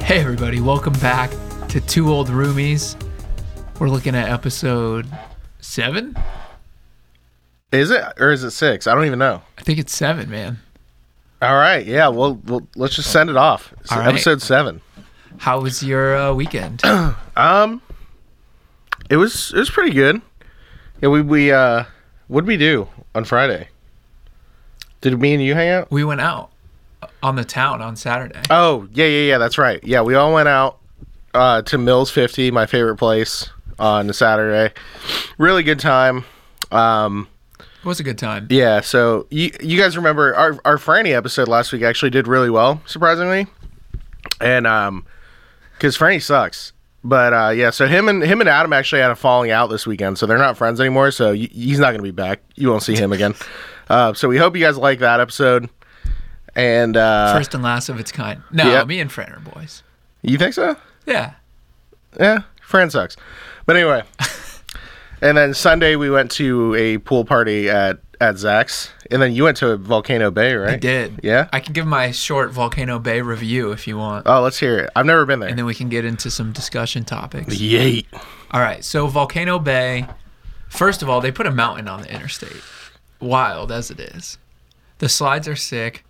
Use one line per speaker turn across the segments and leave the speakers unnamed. Hey, everybody, welcome back to Two Old Roomies. We're looking at episode seven.
Is it or is it six? I don't even know.
I think it's seven, man.
All right, yeah. Well, well let's just send it off. It's
All right.
episode seven.
How was your uh, weekend?
Um, it was it was pretty good. Yeah, we we uh, what did we do on Friday? Did me and you hang out?
we went out on the town on Saturday.
Oh yeah yeah yeah. That's right. Yeah, we all went out uh, to Mills Fifty, my favorite place, uh, on Saturday. Really good time. Um,
It was a good time.
Yeah, so you you guys remember our our Franny episode last week actually did really well, surprisingly. And um cuz Franny sucks. But uh yeah, so him and him and Adam actually had a falling out this weekend, so they're not friends anymore, so y- he's not going to be back. You won't see him again. Uh, so we hope you guys like that episode. And uh
First and last of its kind. No,
yeah.
me and Fran are boys.
you think so?
Yeah.
Yeah, Fran sucks. But anyway. and then Sunday we went to a pool party at at Zach's, and then you went to Volcano Bay, right?
I did.
Yeah?
I can give my short Volcano Bay review if you want,
Oh, let's hear it. I've never been there.
and then we can get into some discussion topics.
Yeet.
All right, so Volcano Bay. First of all, they put a mountain on the interstate, wild as it is. The slides are sick.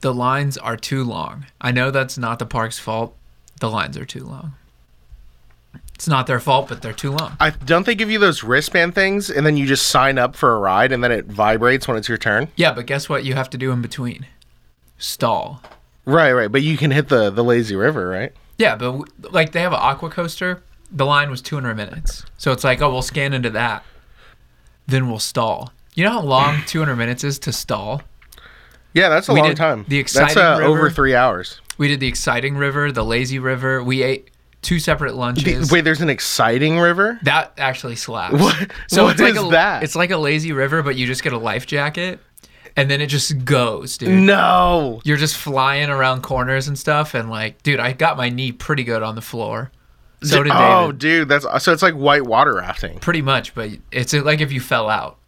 The lines are too long. I know that's not the park's fault. The lines are too long. It's not their fault, but they're too long.
I don't they give you those wristband things and then you just sign up for a ride and then it vibrates when it's your turn?
Yeah, but guess what you have to do in between? Stall.
Right, right. But you can hit the the lazy river, right?
Yeah, but w- like they have an aqua coaster. The line was 200 minutes. So it's like, oh, we'll scan into that. Then we'll stall. You know how long 200 minutes is to stall?
Yeah, that's a
We
long
did
time.
the
that's
exciting
uh, over
river.
three hours.
We did the exciting river, the lazy river. We ate two separate
The-
lunches.
wait, there's an exciting river?
that actually slaps.
What-
So
what
it's like
is
a,
that?
It's like a lazy river, but you just get a life jacket, and then it just goes, dude.
No.
You're just flying around corners and stuff, and like, dude, I got my knee pretty good on the floor. So did
Oh,
David.
dude, that's so it's like white water rafting.
Pretty much, but it's like if you fell out,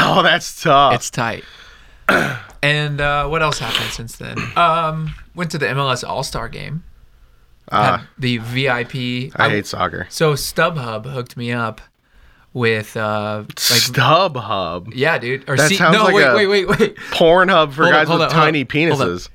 Oh, that's tough.
it's tight. and uh, what else happened since then? Um, went to the MLS All Star game. Had the VIP.
Ah. I hate soccer.
So StubHub hooked me up with uh like
StubHub,
yeah, dude. Or
That
Seat,
sounds
no,
like
wait,
a-
wait, wait, wait.
Pornhub for
Hold up,
guys
hold
with
up, hold
tiny
up, hold up.
penises.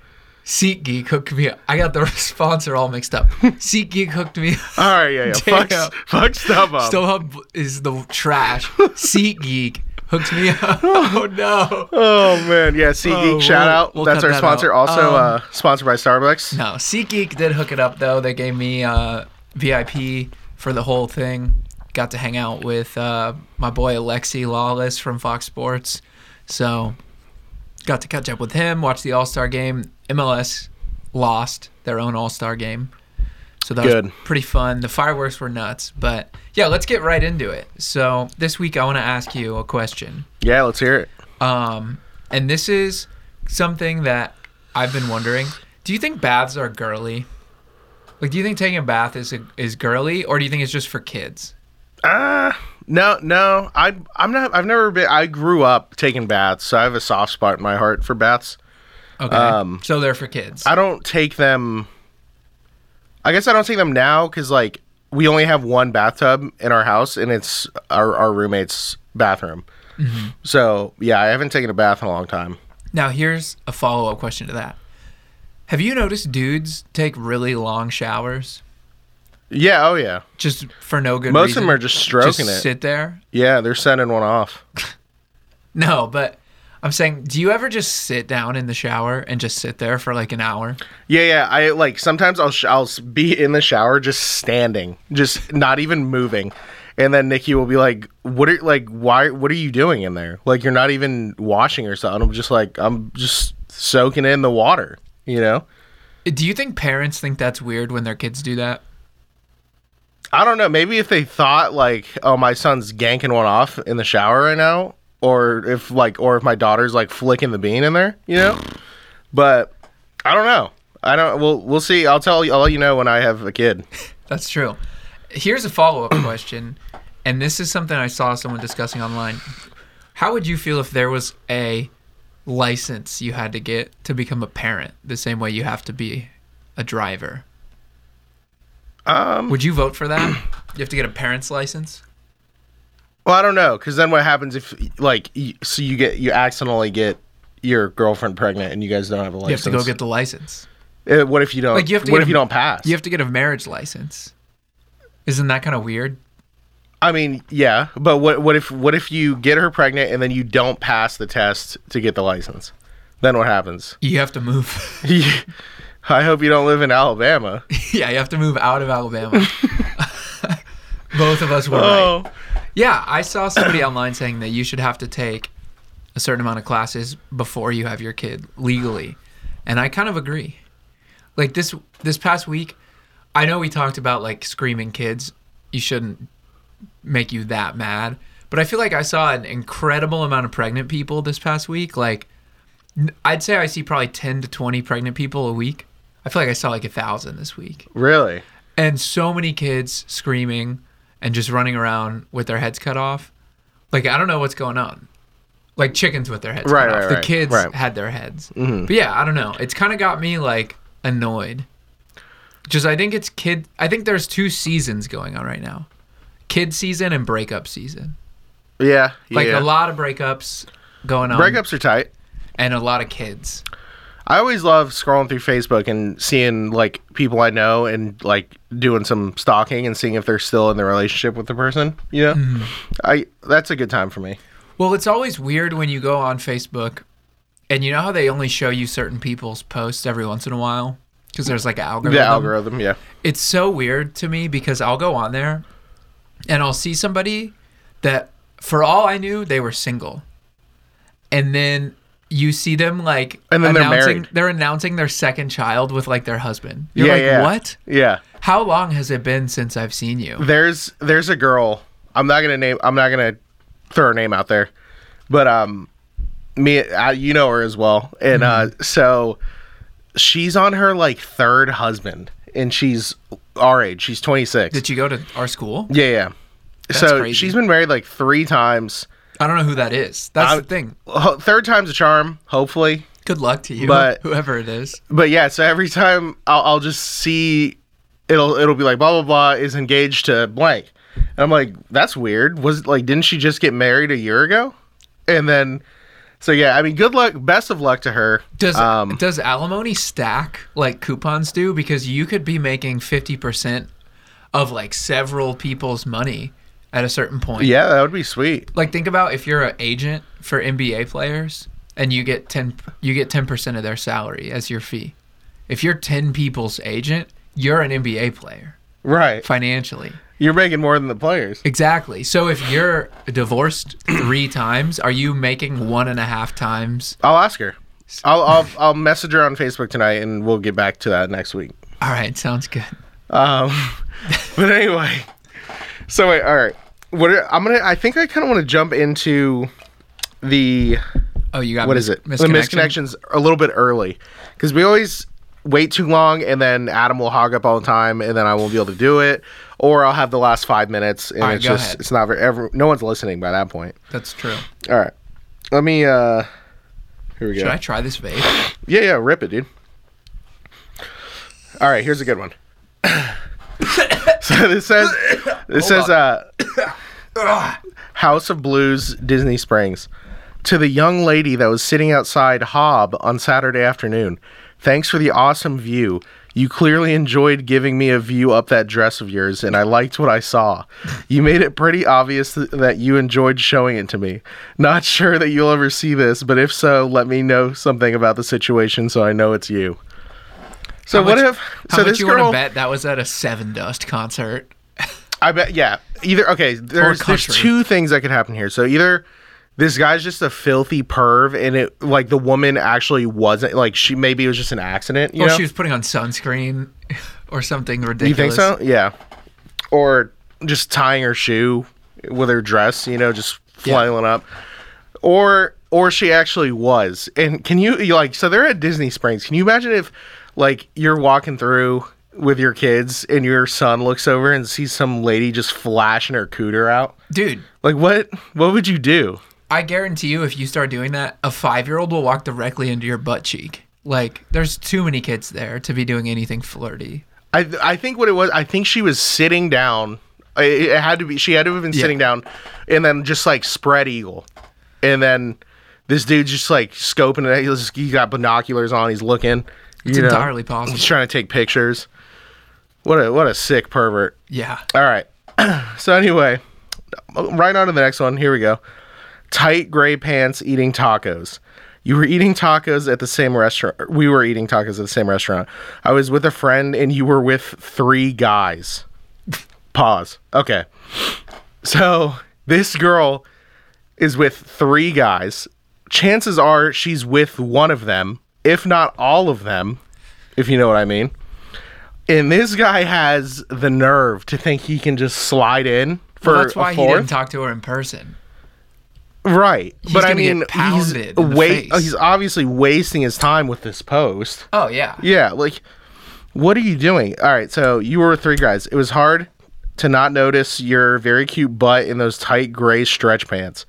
SeatGeek hooked me up. I got the sponsor all mixed up. SeatGeek hooked me up.
All right, yeah, yeah. Fuck,
Damn.
fuck StubHub.
StubHub is the trash. SeatGeek hooked me up. Oh no.
Oh man, yeah. See,
Oh,
Geek, shout
we'll-
out.
we'll
That's
cut
our
that
sponsor.
out.
Also,
Um,
uh, sponsored by Starbucks.
No, SeatGeek did hook it up though. They gave me uh VIP for the whole thing. Got to hang out with uh my boy Alexi Lawless from Fox Sports. So got to catch up with him, watch the All Star game. MLS lost their own All Star game. So that was
Good.
pretty fun. The fireworks were nuts. But yeah, let's get right into it. So this week I want to ask you a question.
Yeah, let's hear it.
Um, and this is something that I've been wondering. Do you think baths are girly? Like, do you think taking a bath is is girly, or do you think it's just for kids?
Uh no, no. I I'm not. I've never been. I grew up taking baths, so I have a soft spot in my heart for baths.
Okay,
Um,
so they're for kids.
I don't take them. I guess I don't take them now because like we only have one bathtub in our house, and it's our our roommate's bathroom.
Mm-hmm.
So yeah, I haven't taken a bath in a long time.
now, here's a follow up question to that. Have you noticed dudes take really long showers
Yeah. Oh yeah.
just for no good
Most
reason?
of them are just stroking
just
it.
sit there.
yeah, they're sending one off.
No, but I'm saying, do you ever just sit down in the shower and just sit there for like an hour?
Yeah, yeah. I like sometimes I'll sh- I'll s- be in the shower just standing, just not even moving, and then Nikki will be like, "What are like why? What are you doing in there? Like you're not even washing yourself." And I'm just like, I'm just soaking in the water, you know.
Do you think parents think that's weird when their kids do that?
I don't know. Maybe if they thought like, "Oh, my son's ganking one off in the shower right now," or if like, or if my daughter's like flicking the bean in there, you know. But I don't know. I don't. We'll we'll see. I'll tell you. I'll let you know when I have a kid.
That's true. Here's a follow up question, and this is something I saw someone discussing online. How would you feel if there was a license you had to get to become a parent, the same way you have to be a driver?
Um,
Would you vote for that? You have to get a parent's license.
well, I don't know, because then what happens if like y- so you get you accidentally get your girlfriend pregnant and you guys don't have a
You have
license?
to go get the license.
Uh, what if you don't?
Like, you have to
what
get
if
a-
you don't pass?
You have to get a marriage license. Isn't that kind of weird?
I mean, yeah, but what what if what if you get her pregnant and then you don't pass the test to get the license? Then what happens?
You have to move.
I hope you don't live in Alabama.
yeah, you have to move out of Alabama. Both of us were right.
Oh,
Yeah, I saw somebody online saying that you should have to take a certain amount of classes before you have your kid legally. And I kind of agree. Like this this past week, I know we talked about like screaming kids, you shouldn't make you that mad, but I feel like I saw an incredible amount of pregnant people this past week, like n- I'd say I see probably 10 to 20 pregnant people a week. I feel like I saw like a thousand this week
really?
and so many kids screaming and just running around with their heads cut off. Like I don't know what's going on. Like chickens with their heads
Right,
cut
right,
off. The
right,
kids
right. Mm-hmm.
had their heads. But yeah, I don't know. It's kind of got me like annoyed. Just I think it's kid. I think there's two seasons going on right now: kid season and breakup season.
Yeah,
Like
yeah.
a lot of breakups going on,
Breakups are tight.
and a lot of kids.
I always love scrolling through Facebook and seeing like people I know and like doing some stalking and seeing if they're still in the relationship with the person. You know, I that's a good time for me.
Well, it's always weird when you go on Facebook and you know how they only show you certain people's posts every once in a while because there's like an
The
algorithm.
algorithm, yeah,
It's so weird to me because I'll go on there and I'll see somebody that for all I knew they were single. And then you see them like
And then they're
announcing
married.
they're announcing their second child with like their husband. You're
yeah,
like,
yeah.
"What?
Yeah,
How long has it been since I've seen you?"
there's there's a girl. I'm not gonna name. I'm not gonna throw her name out there, but um, me, I, you know her as well, and uh, so she's on her like third husband, and she's our age. She's 26.
Did you go to our school?
Yeah, yeah. so
crazy.
she's been married like three times.
I don't know who that is. That's
I-
the thing.
Ho- Third time's a charm, hopefully.
Good luck to you,
But-
whoever it is.
But yeah, so every time I'll, I'll just see it'll it'll be like blah blah blah is engaged to blank, and I'm like that's weird. Was like didn't she just get married a year ago? And then so yeah, I mean good luck, best of luck to her.
Does
um
does alimony stack like coupons do? Because you could be making fifty percent of like several people's money at a certain point.
yeah, that would be sweet.
Like think about if you're an agent for NBA players and you get ten you get ten percent of their salary as your fee. If you're ten people's agent, you're an NBA player
Right,
financially.
you're making more than the players.
Exactly. So if you're divorced three times, are you making one and a half times
I'll ask her. I'll I'll, I'll message her on Facebook tonight, and we'll get back to that next week.
all right, sounds good.
Um, but anyway, so wait, all right. What are, I'm gonna, I think I kind of want to jump into the
Oh you got
what
mis-
is it? The
Misconnection.
misconnections a little bit early because we always wait too long, and then Adam will hog up all the time, and then I won't be able to do it, or I'll have the last five minutes, and
All right,
it's
go
just
ahead.
it's not very. Every, no one's listening by that point.
That's true.
All right, let me. uh Here we go.
Should I try this vape?
Yeah, yeah, rip it, dude. All right, here's a good one. so this says this says uh, House of Blues, Disney Springs. To the young lady that was sitting outside Hob on Saturday afternoon, thanks for the awesome view. You clearly enjoyed giving me a view up that dress of yours, and I liked what I saw. You made it pretty obvious th- that you enjoyed showing it to me. Not sure that you'll ever see this, but if so, let me know something about the situation so I know it's you. So
How
what
much-
if?
How
so
much
this
you
girl,
want to bet that was at a Seven Dust concert?
I bet, yeah. Either okay, there's, there's
country.
two things that could happen here. So either this guy's just a filthy perv, and it like the woman actually wasn't like she maybe it was just an accident. You
Or
know?
she was putting on sunscreen or something ridiculous.
you think so? Yeah. Or just tying her shoe with her dress, you know, just flailing up. Or or she actually was. And can you you like so they're at Disney Springs. Can you imagine if like you're walking through with your kids and your son looks over and sees some lady just flashing her cooter out?
Dude,
Like what? What would you do?
I guarantee you if you start doing that, a five year old will walk directly into your butt cheek. Like, there's too many kids there to be doing anything flirty.
I th- I think what it was. I think she was sitting down. It, it had to be. She had to have been sitting down, and then just like spread eagle, and then this dudede just like scoping it. He, was, he got binoculars on. He's looking.
It's
you know.
entirely possible.
He's trying to take pictures. What a what a sick pervert.
Yeah.
All right. so anyway, right on to the next one. Here we go. Tight gray pants eating tacos. You were eating tacos at the same restaurant. We were eating tacos at the same restaurant. I was with a friend and you were with three guys. Pause. Okay. So this girl is with three guys. Chances are she's with one of them, if not all of them, if you know what I mean. And this guy has the nerve to think he can just slide in for
Well, that's why
a
he didn't
fourth.
talk to her in person.
right. but I
gonna get
mean, he's,
pounded in the
wait,
face.
he's obviously wasting his time with this post.
Oh yeah.
Yeah, like what are you doing? All right, so you were with three guys. It was hard to not notice your very cute butt in those tight gray stretch pants.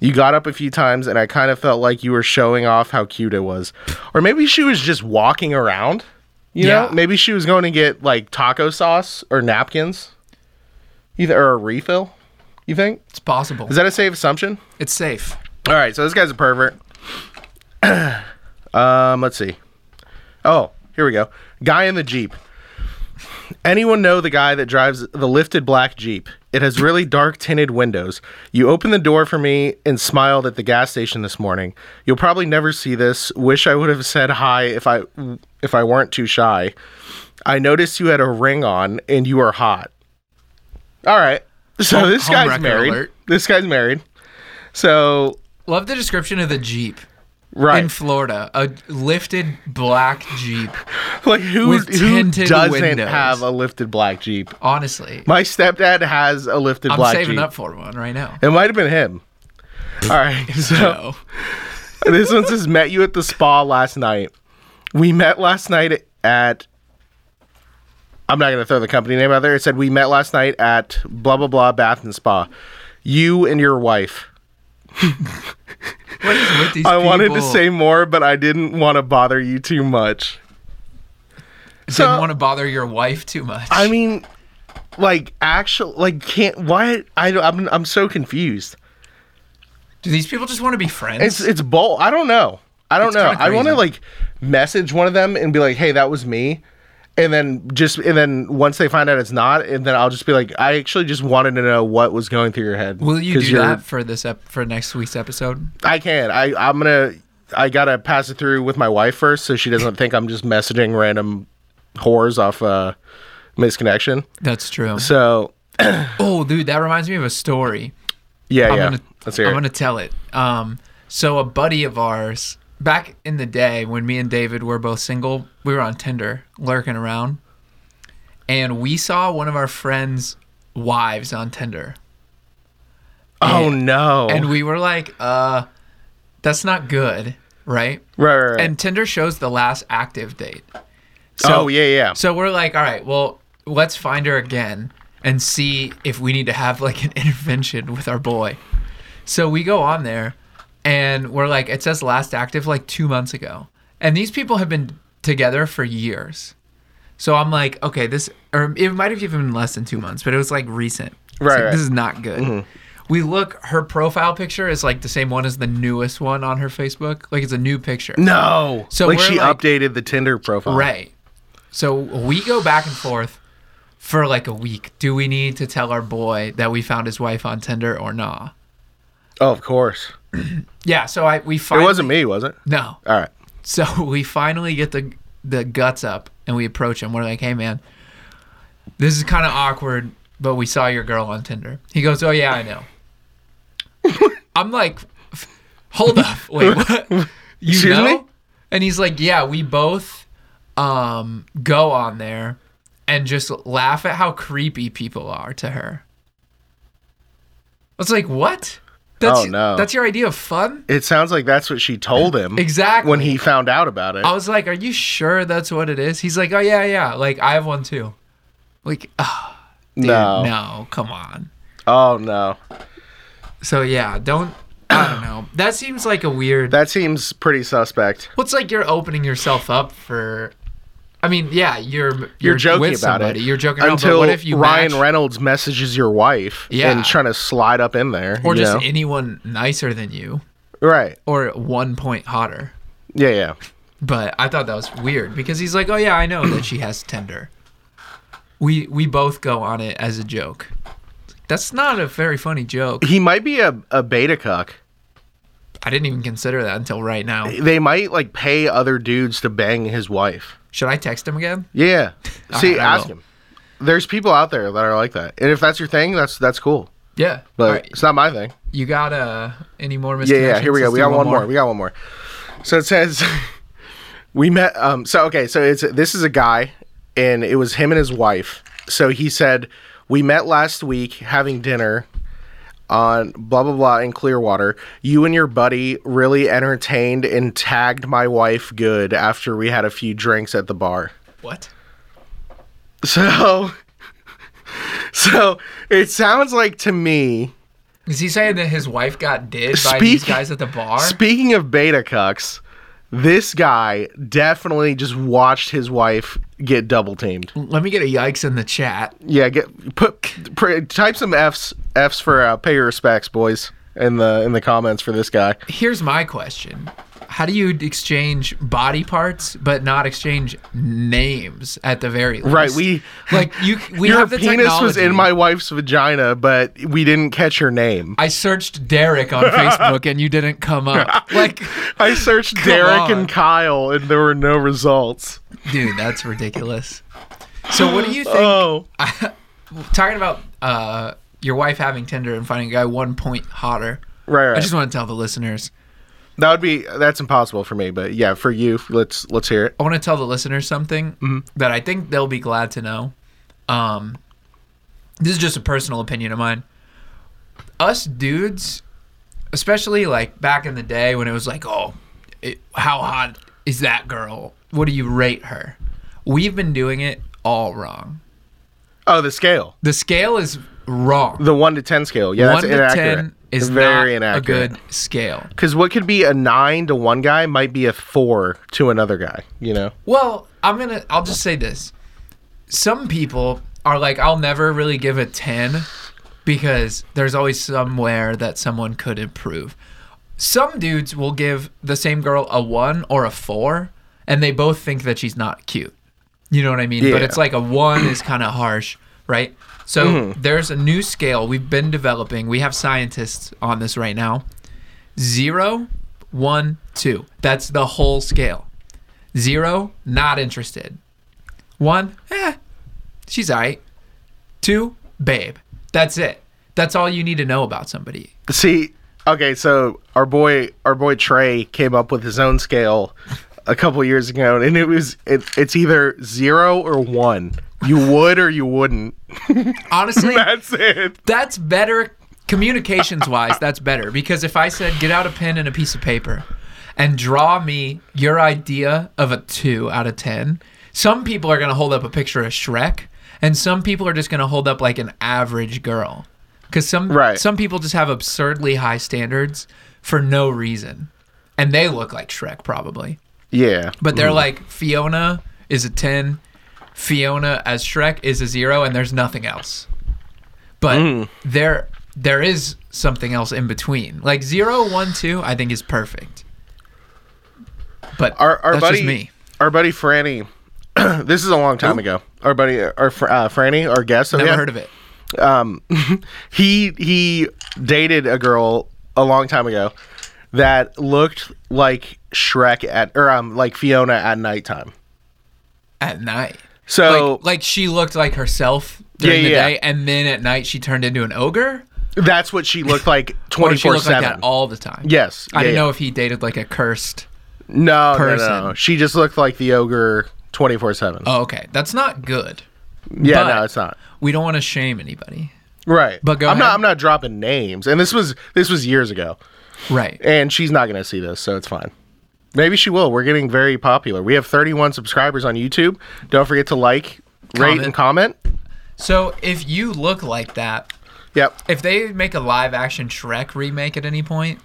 You got up a few times and I kind of felt like you were showing off how cute it was. Or maybe she was just walking around. You
Yeah.
know, maybe she was going to get like taco sauce or napkins. Either or a refill, you think?
It's possible.
Is that a safe assumption?
it's safe.
All right, so this guy's a pervert. um, let's see. Oh, here we go. Guy in the Jeep. Anyone know the guy that drives the lifted black Jeep? It has really dark tinted windows. You opened the door for me and smiled at the gas station this morning. You'll probably never see this. Wish I would have said hi if I if I weren't too shy. I noticed you had a ring on and you are hot. All right. So
Home-
this
home
guy's
wrecker
married.
alert.
This guy's married. So
Love the description of the Jeep
right.
in Florida. A lifted black Jeep.
like who
With
who
tinted
doesn't
windows.
have a lifted black jeep?
Honestly.
My stepdad has a lifted
I'm
black
saving
jeep.
up for one right now.
It might have been him. All right, so
So
this one says met you at the spa last night. We met last night at. I'm not going to throw the company name out there. It said we met last night at blah blah blah bath and spa. You and your wife.
what is with these
I wanted to
people?
say more, but I didn't want to bother you too much.
didn't
so-
want to bother your wife too much.
I mean, like actual, like can't why I don't- I'm I'm so confused.
do these people just want to be friends?
It's it's bull. I don't know. I don't
It's
know.
kinda
I want to
crazy.
like message one of them and be like, hey, that was me. And then just and then once they find out it's not, and then I'll just be like, I actually just wanted to know what was going through your head.
Will you
'Cause
do
you're-
that for this ep- for next week's episode?
I can. I I'm gonna. I gotta pass it through with my wife first, so she doesn't think I'm just messaging random whores off uh, misconnection.
That's true.
So
Oh, dude, that reminds me of a story.
yeah,
I'm
yeah.
gonna
Let's hear
I'm
it.
gonna tell it. Um, so a buddy of ours back in the day when me and David were both single, we were on Tinder lurking around, and we saw one of our friends' wives on Tinder,
oh no!
and we were like, "Uh, that's not good, right?"
Right, right, right.
And Tinder shows the last active date.
oh yeah, yeah.
So we're like, all right, well, let's find her again and see if we need to have like an intervention with our boy. So we go on there and we're like, it says last active like two months ago. And these people have been together for years. So I'm like, okay, this, or it might have even been less than two months, but it was like recent. It's
Right,
like,
right. Mm-hmm.
This is not good. We look, her profile picture is like the same one as the newest one on her Facebook. Like it's a new picture.
No.
So
like
we're
she
like-
updated the Tinder profile.
Right. So we go back and forth for like a week. Do we need to tell our boy that we found his wife on Tinder or nah?
Oh, of course.
Yeah. So I we
It
finally
wasn't me, was it?
no.
All right.
So we finally get the the guts up and we approach him. We're like, hey man, this is kind of awkward, but we saw your girl on Tinder. He goes, oh yeah, I know. I'm like, "F- hold up, wait, what? You
Excuse
know?
me?
And he's like, yeah, we both um, go on there and just laugh at how creepy people are to her. I was like, what? That's,
Oh, no.
That's your idea of fun?
It sounds like that's what she told him.
Exactly. Oh,
When he found out about it.
I was like, "Are you sure that's what it is?" He's like, "Oh yeah, yeah. Like I have one too." Like, oh, dude,
no.
no. come on.
Oh no.
So yeah, don't. I don't know. That seems like a weird.
That seems pretty suspect.
What's like you're opening yourself up for? I mean, yeah, you're you're,
You're joking
with
about
somebody.
it
You're joking about
until
but what if you
Ryan
match,
Reynolds messages your wife
Yeah.
and trying to slide up in there,
or
you
just
know?
anyone nicer than you
right?
or one point hotter.
Yeah, yeah.
But I thought that was weird because he's like, "Oh yeah, I know that she has Tinder." We we both go on it as a joke. That's not a very funny joke.
He might be a, a beta cuck.
I didn't even consider that until right now.
They might like pay other dudes to bang his wife.
Should I text him again?
Yeah.
All
See,
right, I
ask
will.
him. There's people out there that are like that, and if that's your thing, that's that's cool.
Yeah.
But
All right,
it's not my thing.
you got uh any more
Yeah,
mistakes?
yeah. Here we go. We got one more. We got one more. So it says, we met. Um. So okay. So it's this is a guy, and it was him and his wife. So he said, we met last week having dinner on blah blah blah in Clearwater. You and your buddy really entertained and tagged my wife good after we had a few drinks at the bar.
What?
So, so it sounds like to me.
Is he saying that his wife got did by these
Speak-
guys at the bar?
Speaking of beta cucks, this guy definitely just watched his wife get double teamed.
Let me get a yikes in the chat.
Yeah, get put pr- type some f's f's for uh, pay your respects, boys, in the in the comments for this guy.
Here's my question. How do you exchange body parts but not exchange names at the very least?
Right, we-
like you we
your
have the
penis was
technology.
in my wife's vagina, but we didn't catch her name.
I searched Derek on Facebook and you didn't come up. Like
I searched Derek
on.
and Kyle, and there were no results.
dude, that's ridiculous. So what do you think
Oh,
talking about uh, your wife having Tinder and finding a guy one point hotter.
right, right.
I just want to tell the listeners.
that would be that's impossible for me, but yeah, for you, let's let's hear it.
I want to tell the listeners something
Mm-hmm.
that I think they'll be glad to know. Um, this is just a personal opinion of mine. Us dudes, especially like back in the day when it was like, oh, it, how hot is that girl? What do you rate her? We've been doing it all wrong.
Oh, the scale.
The scale is wrong.
The one to ten scale. Yeah,
One
that's
to
inaccurate.
ten is
very
not
inaccurate.
a good scale.
Because what could be a nine to one guy might be a four to another guy. You know.
Well, I'm gonna. I'll just say this: some people are like, I'll never really give a ten because there's always somewhere that someone could improve. Some dudes will give the same girl a one or a four, and they both think that she's not cute. You know what I mean? But
Yeah.
it's like a one is kind of harsh, right? So there's a new scale we've been developing. We have scientists on this right now. Zero, one, two. That's the whole scale. Zero, not interested. One, eh, she's all right. Two, babe. That's it. That's all you need to know about somebody.
See, okay, so our boy, our boy Trey came up with his own scale a couple years ago, and it was it, it's either zero or one. You would or you wouldn't.
Honestly,
That's it.
that's better communications wise. That's better because if I said, get out a pen and a piece of paper and draw me your idea of a two out of 10, some people are going to hold up a picture of Shrek and some people are just going to hold up like an average girl. Because some,
Right.
some people just have absurdly high standards for no reason. And they look like Shrek probably.
Yeah,
But they're like, Fiona is a 10, Fiona as Shrek is a 0, and there's nothing else. But
Mm.
there there is something else in between. Like zero, one, two, I think is perfect. But
our our
that's
buddy,
just me.
our buddy Franny. this is a long time ago. Our buddy, our fr- uh, Franny, our guest.
Never heard of it.
um, he he dated a girl a long time ago that looked like Shrek at or um like Fiona at nighttime.
At night.
So
like, like she looked like herself during
Oh. Yeah,
the
yeah.
day, and then at night she turned into an ogre?
that's what she looked like
Or
twenty
she
four
looked like that
seven.
all the time?
Yes,
I
yeah,
didn't
yeah.
know if he dated like a cursed.
No, no,
person.
no, no. She just looked like the ogre twenty four seven.
Oh, okay. That's not good.
Yeah,
but-
no, it's not.
We don't want to shame anybody.
Right,
But go
I'm
ahead.
not. I'm not dropping names. And this was this was years ago,
Right.
and she's not going to see this, so it's fine. Maybe she will. We're getting very popular. We have 31 subscribers on YouTube. Don't forget to like, rate,
Comment.
and comment.
So if you look like that,
Yep.
if they make a live action Shrek remake at any point,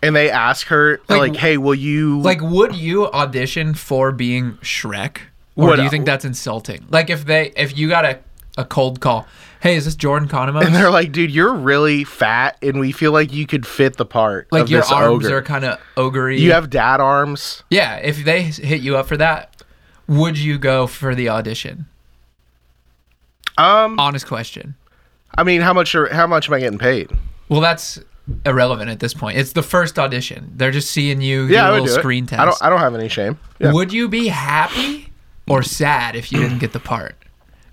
and they ask her like,
Like-
"Hey, will you
like would you audition for being Shrek? Or
What-
do you think that's insulting? Like if they if you got a, a cold call, hey, is this Jordan
And
Conemos?
they're like, dude, you're really fat, and we feel like you could fit the part.
Like
of
your
this
arms
ogre.
are kind of ogre
You have dad arms.
yeah, if they hit you up for that, would you go for the audition?
Um,
Honest question.
I mean, how much are how much am I getting paid?
Well, that's irrelevant at this point. It's the first audition. They're just seeing you do
Yeah,
a
I would
little
do
screen
it.
test.
I don't. I don't have any shame. Yeah.
Would you be happy or sad if you didn't get the part?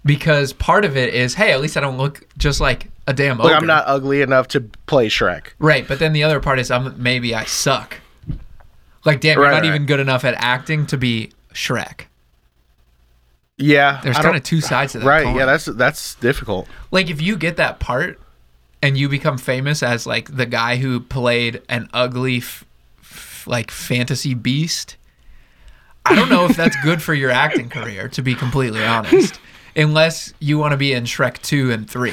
Because part of it is, hey, at least I don't look just like a damn ogre.
Look, I'm not ugly enough to play Shrek.
Right, but then the other part is, I'm maybe I suck. Like, damn,
Right,
you're not
right.
even good enough at acting to be Shrek.
Yeah,
There's
I don't-
kind of two sides to that.
right.
coin.
Yeah, that's that's difficult.
like if you get that part and you become famous as like the guy who played an ugly f- f- like fantasy beast i don't know if that's good for your acting career to be completely honest unless you want to be in shrek 2 and 3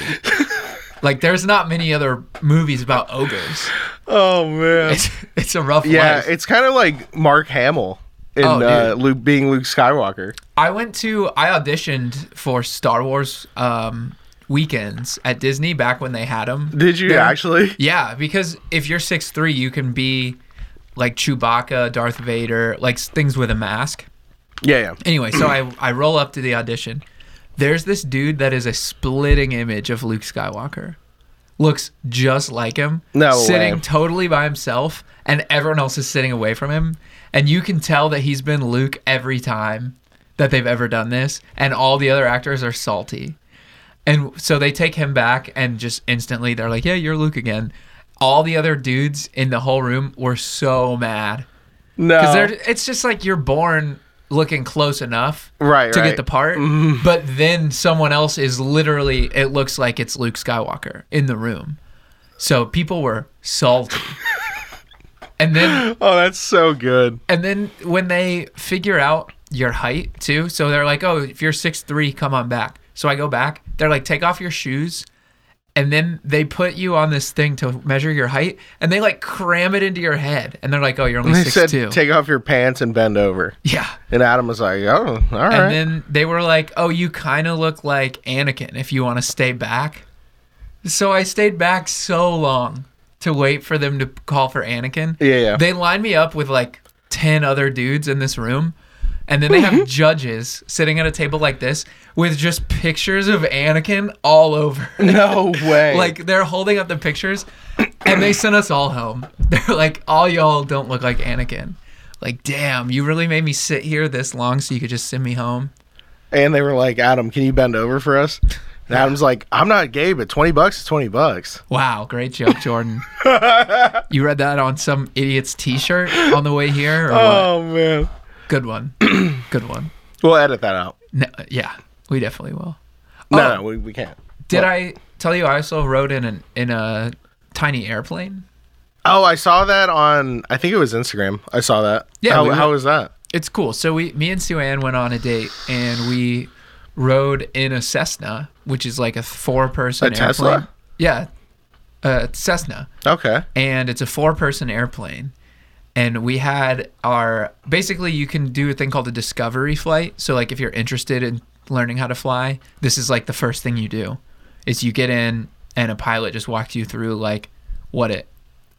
like there's not many other movies about ogres
Oh man.
it's, it's a rough
Yeah,
life
it's kind of like Mark Hamill in
Oh,
uh, Luke being Luke Skywalker.
I went to I auditioned for Star Wars um, weekends at Disney back when they had them.
Did you actually?
Yeah, because if you're six three, you can be like Chewbacca, Darth Vader, like s- things with a mask.
Yeah, yeah.
Anyway, so I I roll up to the audition. There's this dude that is a splitting image of Luke Skywalker. Looks just like him.
No
sitting
way.
totally by himself, and everyone else is sitting away from him. And you can tell that he's been Luke every time that they've ever done this, and all the other actors are salty. And so they take him back, and just instantly they're like, "Yeah, you're Luke again." All the other dudes in the whole room were so mad because
No.
they're it's just like you're born looking close enough
Right,
to
right. Mm-hmm.
get the part but then someone else is literally it looks like it's luke skywalker in the room so people were salty and then
Oh, that's so good.
and then when they figure out your height too so they're like oh if you're 6'3 come on back so i go back they're like take off your shoes and then they put you on this thing to measure your height and they like cram it into your head and they're like oh you're only 6'2
They said take off your pants and bend over.
yeah
And Adam was like, "Oh, all right."
And then they were like, "Oh, you kind of look like Anakin if you want to stay back." So I stayed back so long to wait for them to call for Anakin.
Yeah, yeah.
They lined me up with like 10 other dudes in this room. And then they
Mm-hmm.
have judges sitting at a table like this with just pictures of Anakin all over.
no way.
like they're holding up the pictures and they sent us all home. They're like, all y'all don't look like Anakin. Like, damn, you really made me sit here this long so you could just send me home.
and they were like, "Adam, can you bend over for us?" And Adam's like, "I'm not gay, but twenty bucks is twenty bucks."
Wow, great joke, Jordan. you read that on some idiot's t-shirt on the way here or
Uh,
what?
Oh, man.
Good one. Good one.
We'll edit that out.
No, yeah, we definitely will. Oh.
No, no, we, we can't.
Did I tell you I also rode in an, in a tiny airplane?
Oh, I saw that on. I think it was Instagram. I saw that.
Yeah,
How,
we were-
how was that?
It's cool. So we me and Sue Ann went on a date and we rode in a Cessna, which is like a four-person
A
airplane.
Tesla?
Yeah. Uh Cessna.
Okay.
and it's a four person airplane and we had our basically you can do a thing called a discovery flight so like if you're interested in learning how to fly this is like the first thing you do is you get in and a pilot just walks you through like what it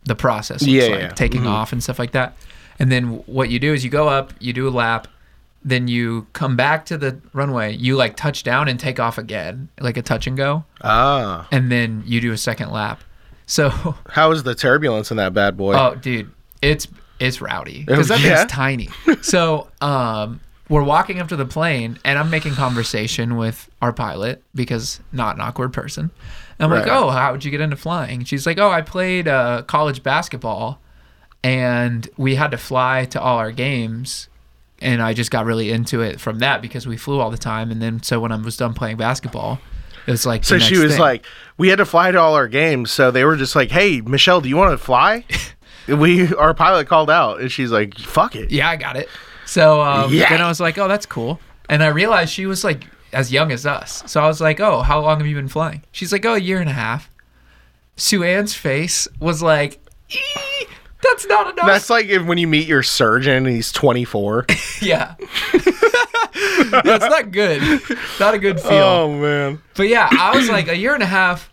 the process looks
Yeah,
like
yeah. Mm-hmm.
taking off and stuff like that and then what you do is you go up you do a lap then you come back to the runway you like touch down and take off again like a touch and go
Ah,
and then you do a second lap so
how was the turbulence in that bad boy?
Oh, dude, it's it's rowdy because
Oh,
that
yeah?
thing's tiny. So, um, we're walking up to the plane, and I'm making conversation with our pilot because not an awkward person. And I'm like,
Right.
"Oh, how would you get into flying?" She's like, "Oh, I played uh, college basketball, and we had to fly to all our games." And I just got really into it from that because we flew all the time. And then, so when I was done playing basketball, it was like,
so
the
she
next
was
thing.
like, "We had to fly to all our games." So they were just like, "Hey, Michelle, do you want to fly?" we our pilot called out, and she's like, "Fuck it."
yeah, I got it. So um,
Yeah.
then I was like, oh, that's cool. And I realized she was like as young as us. So I was like, oh, how long have you been flying? She's like, oh, a year and a half. Sue Ann's face was like, "Ee, that's not enough.
That's like if, when you meet your surgeon and he's 24.
yeah. That's not good. Not a good feel.
Oh man.
But yeah, I was like a year and a half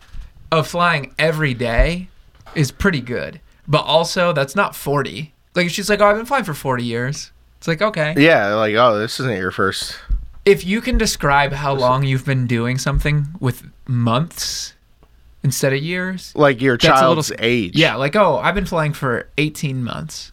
of flying every day is pretty good. But also, that's not 40. Like she's like, "Oh, I've been flying for 40 years." It's like, "Okay."
Yeah, like oh, this isn't your first.
If you can describe how long you've been doing something with months instead of years.
Like your
That's a little-
child's age.
Yeah, like, "Oh, I've been flying for 18 months."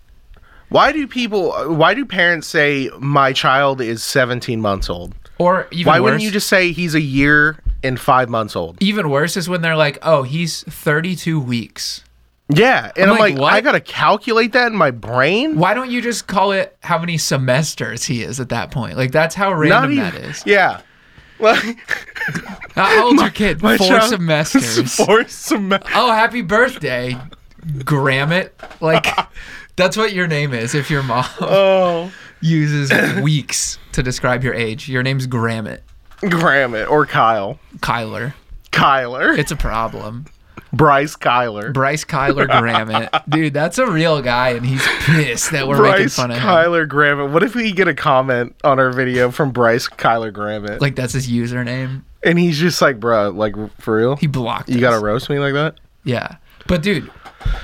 Why do people? Why do parents say my child is 17 months old?
Or even
Why
worse,
wouldn't you just say he's a year and five months old?
even worse is when they're like, "Oh, he's 32 weeks."
Yeah, and
I'm
I'm,
like,
like,
what?
I gotta calculate that in my brain.
Why don't you just call it how many semesters he is at that point? Like that's how random that is.
Yeah. Like,
How old's your kid?
my
Four
child-
semesters.
Four semesters.
Oh, happy birthday, Grammit. Like that's what your name is if your mom
Oh,
uses weeks to describe your age. Your name's Grammit.
Grammit or Kyle,
Kyler.
Kyler,
It's a problem.
Bryce Kyler,
Bryce Kyler Grammit. Dude, that's a real guy and he's pissed that we're making
Bryce
fun of him.
Kyler Grammit. What if we get a comment on our video from Bryce Kyler Grammit,
Like that's his username.
and he's just like, "Bruh, like for real,
He blocked
you
us.
gotta roast me like that?"
Yeah. But dude,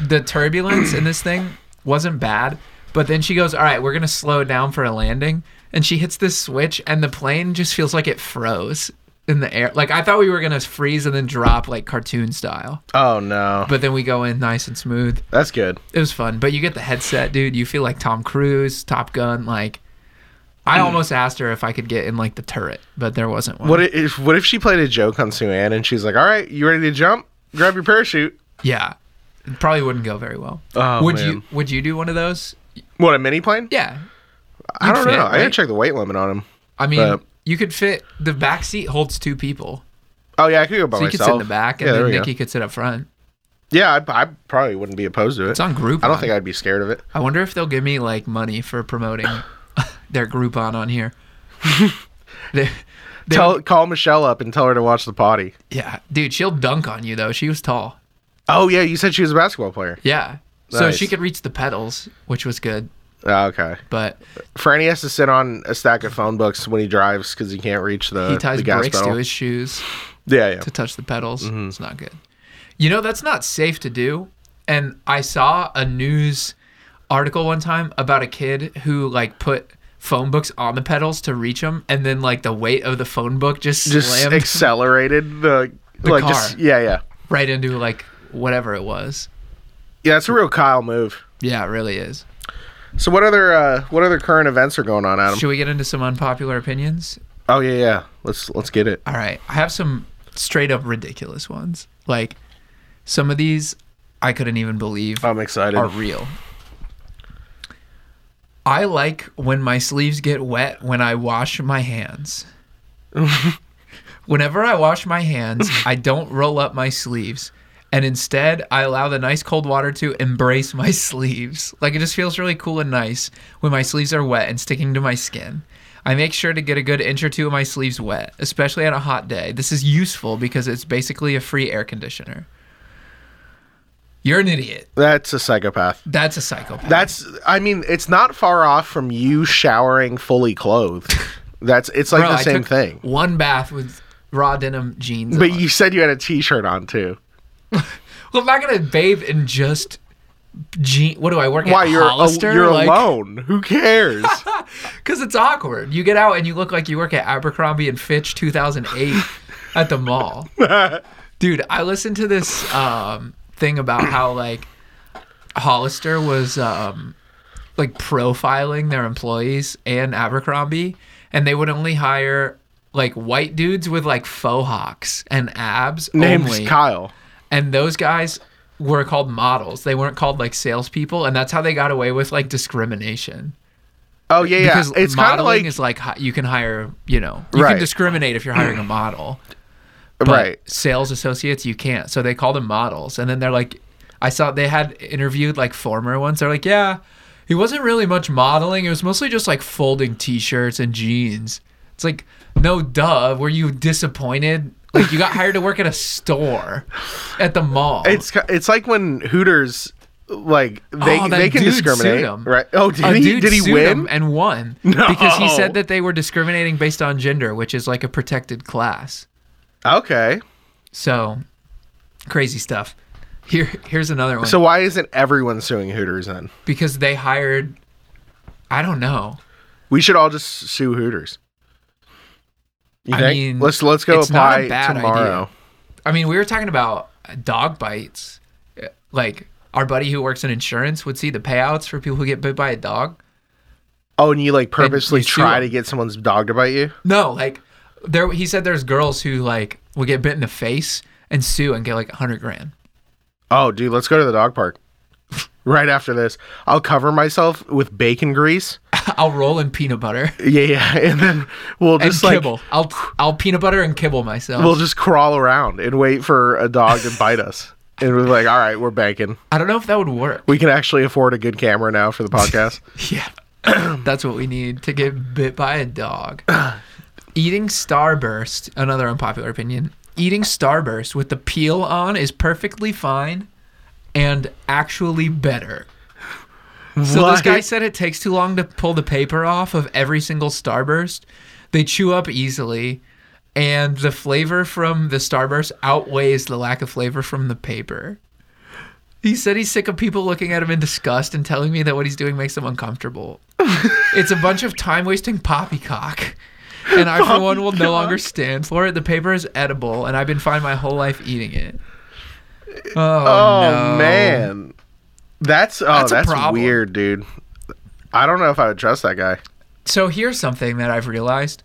the turbulence in this thing wasn't bad. But then she goes, All right, we're going to slow down for a landing. And she hits this switch, and the plane just feels like it froze in the air. Like I thought we were going to freeze and then drop like cartoon style.
Oh no,
But then we go in nice and smooth.
that's good.
It was fun. But you get the headset, dude. You feel like Tom Cruise, Top Gun. Like, I almost asked her if I could get in like the turret, but there wasn't one.
Mm. What if what if she played a joke on Sue Ann and she's like, "All right, you ready to jump? Grab your parachute."
yeah. It probably wouldn't go very well.
Oh,
would
man.
you would you do one of those?
What a mini plane?
Yeah.
I
You'd
don't
fit,
know. I gotta
right?
check the weight limit on him.
I mean,
But-
you could fit the back seat holds two people,
Oh yeah, I could go by
so you could
myself.
sit in the back, and
yeah, there
then
we go.
Nikki could sit up front.
Yeah, I, I probably wouldn't be opposed to it.
It's on Groupon.
I don't think I'd be scared of it.
I wonder if they'll give me like money for promoting their Groupon on here. They- they-
Tell call Michelle up and tell her to watch the potty.
yeah, dude, she'll dunk on you though. She was tall.
Oh yeah, you said she was a basketball player.
Yeah, so
Nice.
she could reach the pedals, which was good.
Oh, okay.
But
Franny has to sit on a stack of phone books when he drives because he can't reach the,
he ties
Uh, the gas
brakes
pedal. Mm-hmm.
to his shoes
yeah, yeah.
to touch the pedals. It's not good. You know that's not safe to do. And I saw a news article one time about a kid who like put phone books on the pedals to reach them, and then like the weight of the phone book just,
Just
slammed
accelerated the, like
car.
just yeah, yeah.
right into like whatever it was.
Yeah, it's a real Kyle move.
Yeah, it really is.
So what other uh, what other current events are going on, Adam?
Should we get into some unpopular opinions?
Oh yeah, yeah. Let's let's get it.
All right, I have some straight up ridiculous ones. Like some of these, I couldn't even believe.
I'm excited.
are real. I like when my sleeves get wet when I wash my hands. Whenever I wash my hands, I don't roll up my sleeves. And instead, I allow the nice cold water to embrace my sleeves. Like it just feels really cool and nice when my sleeves are wet and sticking to my skin. I make sure to get a good inch or two of my sleeves wet, especially on a hot day. This is useful because it's basically a free air conditioner. You're an idiot.
That's a psychopath.
That's a psychopath.
That's I mean, it's not far off from you showering fully clothed. That's it's like
Bro,
the
I
same
took
thing.
One bath with raw denim jeans.
But
on.
you said you had a t-shirt on too.
well, I'm not gonna bathe in just jean. What do I work
Why
at
you're al-
Hollister?
you're alone? Who cares?
Because it's awkward. You get out and you look like you work at Abercrombie and Fitch 2008 at the mall. Dude, I listened to this um, thing about how like Hollister was um, like profiling their employees and Abercrombie, and they would only hire like white dudes with like faux hawks and abs
Name's
only.
Kyle.
and those guys were called models. They weren't called like salespeople, and that's how they got away with like discrimination.
Oh yeah, yeah.
Because
It's kind of
modeling
like
is like hi- you can hire, you know, you can
Right.
discriminate if you're hiring a model, but
right.
sales associates you can't. So they call them models, and then they're like, I saw they had interviewed like former ones. They're like, yeah, he wasn't really much modeling. It was mostly just like folding t-shirts and jeans. It's like, no, duh. Were you disappointed? Like you got hired to work at a store, at the mall.
It's ki- it's like when Hooters like they
Oh, that
they can
dude
discriminate,
sued him.
right? Oh, did
A
he
dude
did he
sued
win?
him and won
No.
because he said that they were discriminating based on gender, which is like a protected class.
Okay,
So crazy stuff. Here, here's another one.
so why isn't everyone suing Hooters then?
because they hired, I don't know.
We should all just sue Hooters. You
I
think?
mean,
let's let's go
it's not a
apply
bad
tomorrow.
idea. I mean, we were talking about dog bites. Like our buddy who works in insurance would see the payouts for people who get bit by a dog.
Oh, and you like purposely
you sue
try
them.
to get someone's dog to bite you?
No, like there, he said there's girls who like will get bit in the face and sue and get like a hundred grand.
Oh, dude, let's go to the dog park. right after this, I'll cover myself with bacon grease.
I'll roll in peanut butter
Yeah, yeah, and then we'll
and
just like
kibble. I'll I'll peanut butter and kibble myself.
we'll just crawl around and wait for a dog to bite us. And we're like, all right, we're banking.
I don't know if that would work.
We can actually afford a good camera now for the podcast.
Yeah. That's what we need to get bit by a dog. Eating Starburst, another unpopular opinion. Eating Starburst with the peel on is perfectly fine and actually better. So this guy
What?
said it takes too long to pull the paper off of every single Starburst. They chew up easily and the flavor from the Starburst outweighs the lack of flavor from the paper. He said he's sick of people looking at him in disgust and telling me that what he's doing makes them uncomfortable. it's a bunch of time wasting poppycock. And I, for one, will no longer stand for it. The paper is edible, and I've been fine my whole life eating it. Oh,
Oh
no.
man, that's oh
That's
that's,
a problem.
weird, dude. I don't know if I would trust that guy.
So here's something that I've realized.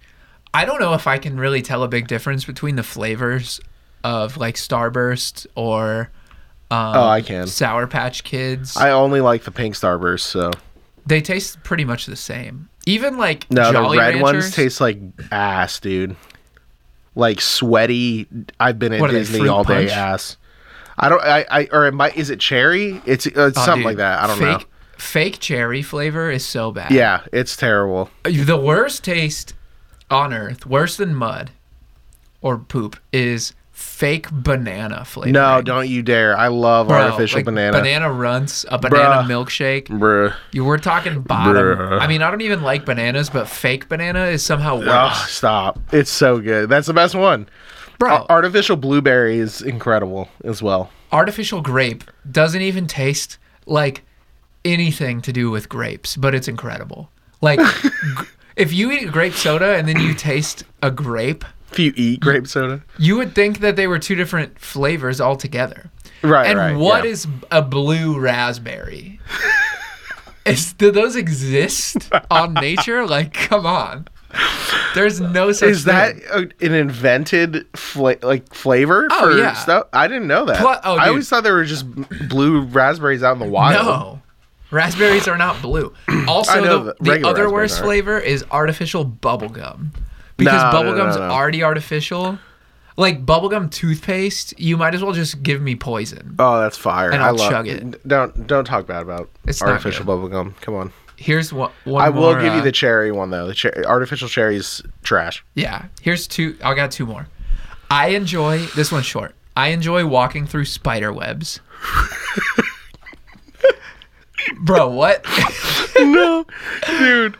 I don't know if I can really tell a big difference between the flavors of like Starburst or um,
Oh, I can.
Sour Patch Kids.
I only like the pink starburst, so
they taste pretty much the same. Even like
no,
Jolly
the red ones
Ranchers-
taste like ass, dude. Like sweaty. I've been at
What are they,
Disney
fruit
all day
punch?
ass. I don't. I. I or it might. Is it cherry? It's, it's
Oh,
something
dude,
like that. I don't
fake,
know.
Fake cherry flavor is so bad.
Yeah, it's terrible.
The worst taste on earth, worse than mud or poop, is fake banana flavor.
No, don't you dare. I love artificial banana.
Banana runts, a banana
Bruh.
milkshake.
Bruh.
You were talking bottom.
Bruh.
I mean, I don't even like bananas, but fake banana is somehow worse.
Ugh, Oh, stop. It's so good. That's the best one.
Bro,
Ar- artificial blueberry is incredible as well.
artificial grape doesn't even taste like anything to do with grapes, but it's incredible. Like, g- if you eat grape soda and then you taste a grape,
If you eat grape soda.
you would think that they were two different flavors altogether.
Right, right,
and what
yeah.
is a blue raspberry? is, do those exist on nature? Like, come on. There's no such
Is that
thing.
a, an invented fla- like flavor
Oh,
for
yeah.
stuff? I didn't know that.
Pl- oh,
I
dude.
always thought there were just blue raspberries out in the wild.
No. Raspberries are not blue. Also,
know
the,
that
the
regular
other
raspberries
worst
aren't.
flavor is artificial bubblegum. Because
No, no, no,
bubblegum's
no.
already artificial. Like bubblegum toothpaste, you might as well just give me poison.
Oh, that's fire!
And
I
I'll
love
chug it.
Don't don't talk bad about
It's not
artificial
good.
bubble gum. Come on,
Here's one, one
I will
more,
give
uh,
you the cherry one though. The cher- artificial cherry's trash.
Yeah. Here's two. I got two more. I enjoy this one's short. I enjoy walking through spider webs. Bro, what?
no, dude,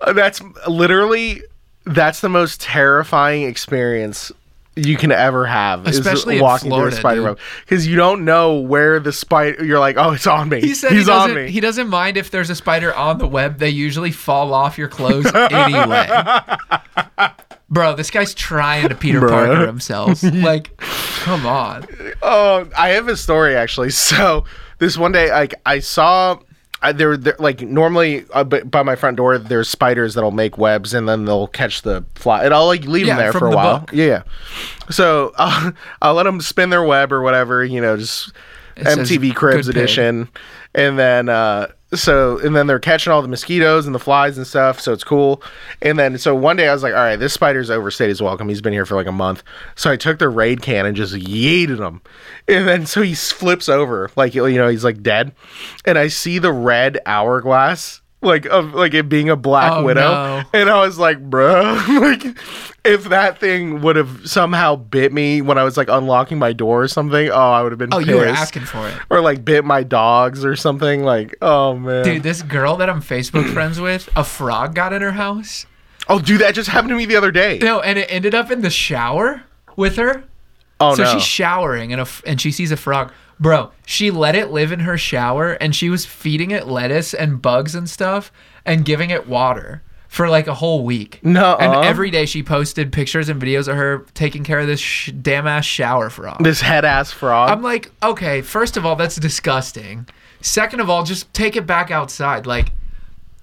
Uh, that's literally that's the most terrifying experience you can ever have, is
Especially in
walking
Florida,
through a spider web because you don't know where the spider. You're like, oh, it's on me.
He said
He's
he
on
doesn't.
me.
He doesn't mind if there's a spider on the web. They usually fall off your clothes anyway. Bro, this guy's trying to Peter
Bruh.
Parker himself. Like, come on.
Oh, I have a story actually. So this one day, like I saw, I, there, there, like normally uh, b- by my front door, there's spiders that'll make webs and then they'll catch the fly, and I'll like leave
Yeah,
them there
from
for a
the
while.
book.
Yeah, yeah. So I'll, I'll let them spin their web or whatever, you know, just
says
MTV
good
Cribs
pig.
edition, and then. uh so and then they're catching all the mosquitoes and the flies and stuff, so it's cool. And then so one day I was like, all right, this spider's overstayed his welcome. He's been here for like a month. So I took the raid can and just yeeted him. And then so he flips over, like you know, he's like dead. And I see the red hourglass like of like it being a black
Oh,
widow
no.
and i was like bro like if that thing would have somehow bit me when i was like unlocking my door or something oh i would have been
Oh,
pissed.
you were asking for it.
or like bit my dogs or something like oh man
Dude, this girl that I'm Facebook friends with, a frog got in her house.
oh dude that just happened to me the other day
No, and it ended up in the shower with her.
oh
So
no
she's showering and a, f- and she sees a frog. Bro, she let it live in her shower and she was feeding it lettuce and bugs and stuff and giving it water for like a whole week.
no
And every day she posted pictures and videos of her taking care of this sh- damn ass shower frog.
this head ass frog
I'm like, okay, first of all, that's disgusting. Second of all, just take it back outside. Like,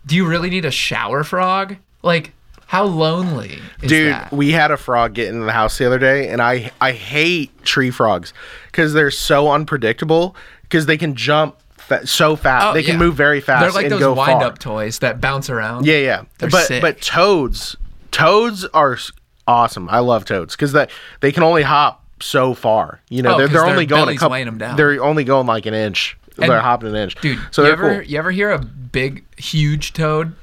do you really need a shower frog? Like, how lonely is
Dude,
that?
we had a frog get into the house the other day, and I I hate tree frogs because they're so unpredictable because they can jump fa- so fast.
Oh,
they can
yeah.
move very fast.
They're like
and
those
go
wind
far.
up toys that bounce around.
Yeah, yeah.
They're
but
sick.
but toads, toads are s- awesome. I love toads because they they can only hop so far. You know,
Oh,
they're,
'cause
they're
their
only going a
bellies
couple.
weighing 'em down.
They're only going like an inch.
And-
they're hopping an inch,
Dude,
So
you
they're
ever
cool.
you ever hear a big huge toad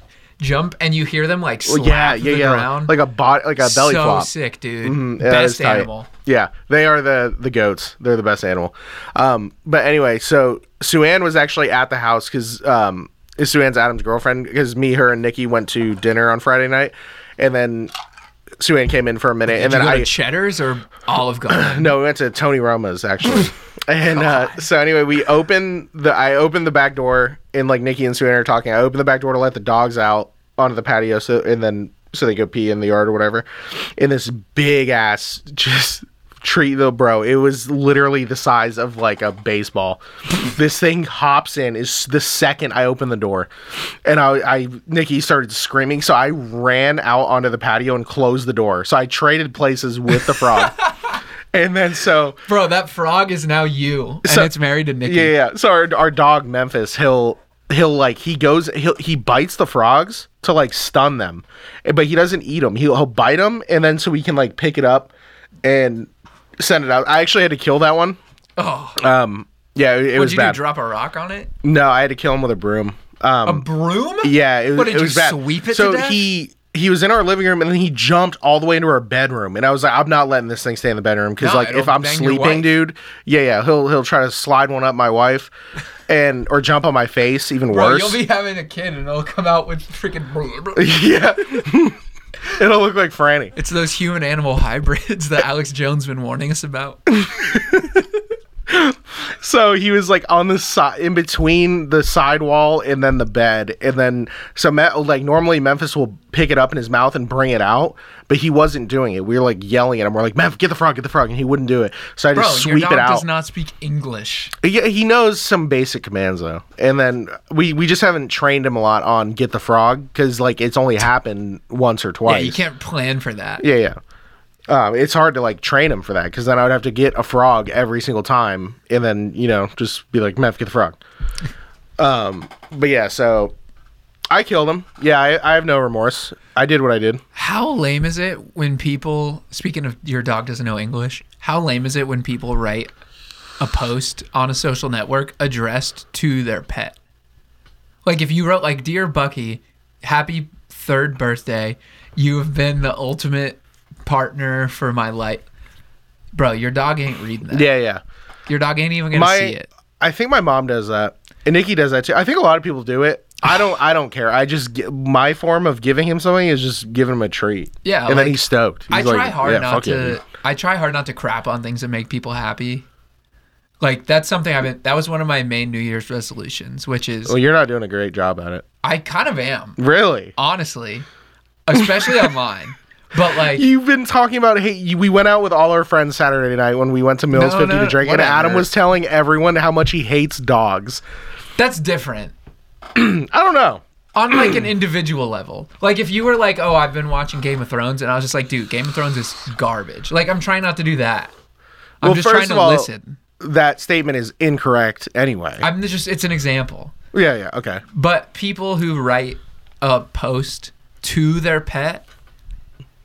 jump and you hear them like slap
Well, yeah, yeah,
the
yeah.
ground?
Like a body, like a belly
so
flop. Mm-hmm.
sick, dude.
Yeah, that is
Best
tight.
animal.
Yeah, they are the the goats. They're the best animal. Um, but anyway, so Sue Ann was actually at the house because um, is Sue Ann's Adam's girlfriend because me, her, and Nikki went to dinner on Friday night, and then Sue Ann came in for a minute, and
Did
then
you go
I
to Cheddar's or Olive Garden?
no, we went to Tony Roma's actually. and uh, so anyway, we open the I opened the back door and like Nikki and Sue Ann are talking. I opened the back door to let the dogs out onto the patio so and then so they go pee in the yard or whatever. And this big ass just tree though bro it was literally the size of like a baseball this thing hops in is the second i open the door and I, I nikki started screaming so i ran out onto the patio and closed the door so i traded places with the frog and then so
Bro, that frog is now you, and
So-
it's married to Nikki.
yeah, yeah. So our, our dog Memphis, he'll he'll like he goes he'll he bites the frogs to like stun them, eh, but he doesn't eat them. He'll, he'll bite them and then so we can like pick it up and send it out. I actually had to kill that one.
Oh,
Um, yeah, it, it
would
was
you
bad.
do drop a rock on it?
no, I had to kill him with a broom. Um,
A broom?
yeah, it was,
What, did
it
you
was bad.
sweep it
so
to death?
he he was in our living room and then he jumped all the way into our bedroom and I was like, I'm not letting this thing stay in the bedroom because
No,
like if
it'll
I'm
bang your
sleeping,
wife.
dude, yeah, yeah, he'll he'll try to slide one up my wife, and or jump on my face, even
Bro,
worse.
you'll be having a kid, and it'll come out with freaking.
yeah, it'll look like Franny.
It's those human animal hybrids that Alex Jones been warning us about.
So he was like on the side, in between the sidewall and then the bed, and then so Me- like normally Memphis will pick it up in his mouth and bring it out, but he wasn't doing it. We were like yelling at him. We're like, "Memphis, get the frog, get the frog," and he wouldn't do it. So I
Bro,
just
your
sweep
dog
it out.
does not speak English.
Yeah, he knows some basic commands though, and then we we just haven't trained him a lot on get the frog because like it's only happened once or
Yeah,
twice.
you can't plan for that.
Yeah, yeah. Um, it's hard to like train him for that because then I would have to get a frog every single time, and then you know just be like, "Mev, get the frog." Um, but yeah, so I killed him. Yeah, I, I have no remorse. I did what I did.
How lame is it when people, speaking of your dog doesn't know English, how lame is it when people write a post on a social network addressed to their pet? Like if you wrote like dear Bucky, happy 3rd birthday. You have been the ultimate partner for my life. Bro, your dog ain't reading that.
Yeah, yeah.
Your dog ain't even going to
My,
see it.
I think my mom does that, and Nikki does that too. I think a lot of people do it. I don't. I don't care. I just gi- my form of giving him something is just giving him a treat.
Yeah,
and then
like,
he's stoked.
I
He's
try
like,
hard
"Yeah,
not
fuck it,
to.
dude."
I try hard not to crap on things that make people happy. Like that's something I've been. That was one of my main New Year's resolutions, which is
Well, you're not doing a great job at it.
I kind of am,
Really.
honestly, especially online. But like,
You've been talking about hey, you- we went out with all our friends Saturday night when we went to Mills
No,
Fifty
no,
to drink, and
whatever.
Adam was telling everyone how much he hates dogs.
that's different
I don't know.
on like an individual level. Like if you were like, oh, I've been watching Game of Thrones, and I was just like, dude, Game of Thrones is garbage. Like I'm trying not to do that. I'm
Well,
just
first
trying to
of all-
listen.
That statement is incorrect. Anyway,
I'm just. It's an example.
yeah, yeah, okay.
But people who write a post to their pet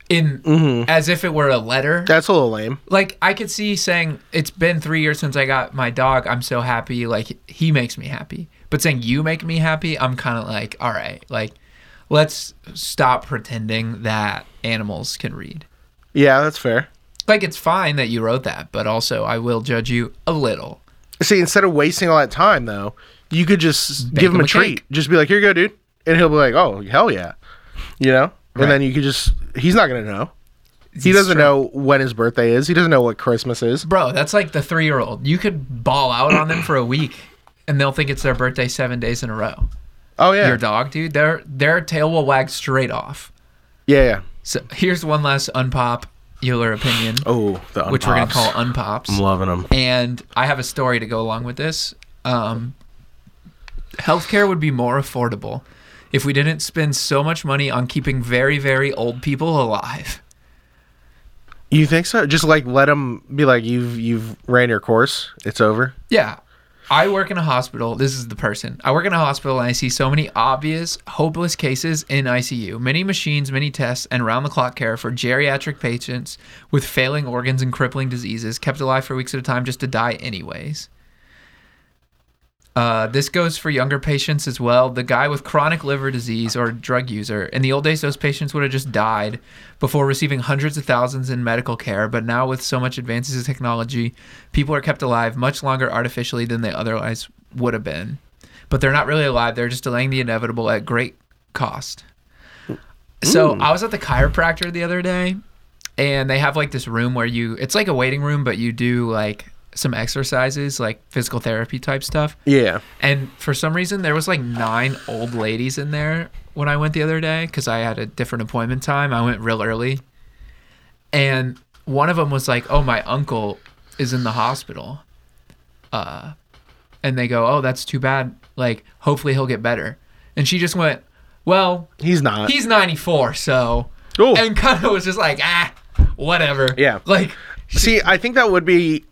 in as if it were a letter.
That's a little lame.
Like I could see saying it's been 3 years since I got my dog. I'm so happy like he makes me happy. But saying you make me happy, I'm kind of like, all right, like let's stop pretending that animals can read.
Yeah, that's fair.
Like it's fine that you wrote that, but also I will judge you a little.
See, instead of wasting all that time though, you could just
Bake
give him
him
a,
a
treat.
cake.
Just be like, "Here you go, dude," and he'll be like, "Oh, hell yeah," you know.
Right.
And then you could just—he's not gonna know. He doesn't know when his birthday is. He doesn't know what Christmas is.
Bro, that's like the three year old. You could ball out on them for a week and they'll think it's their birthday seven days in a row.
Oh yeah,
Your dog, dude, their their tail will wag straight off.
yeah, yeah.
So here's one last unpopular opinion,
Oh, the
which we're gonna
unpops.
call unpops.
I'm loving them.
and I have a story to go along with this. Um, healthcare would be more affordable if we didn't spend so much money on keeping very, very old people alive.
You think so? Just like let them be like, "You've you've ran your course. It's over."
Yeah. I work in a hospital. This is the person. I work in a hospital and I see so many obvious, hopeless cases in ICU. Many machines, many tests, and round the clock care for geriatric patients with failing organs and crippling diseases, kept alive for weeks at a time just to die, anyways. Uh, this goes for younger patients as well. The guy with chronic liver disease or drug user. In the old days, those patients would have just died before receiving hundreds of thousands in medical care. But now, with so much advances in technology, people are kept alive much longer artificially than they otherwise would have been. But they're not really alive. They're just delaying the inevitable at great cost. So I was at the chiropractor the other day, and they have like this room where you. It's like a waiting room, but you do like some exercises, like physical therapy type stuff.
Yeah.
And for some reason, there was like nine old ladies in there when I went the other day because I had a different appointment time. I went real early, and one of them was like, "Oh, my uncle is in the hospital," uh, and they go, "Oh, that's too bad. Like, hopefully he'll get better." And she just went, "Well,
He's not.
he's 94, so,"
Ooh.
and kind of was just like, "Ah, whatever."
Yeah.
like
See, I think that would be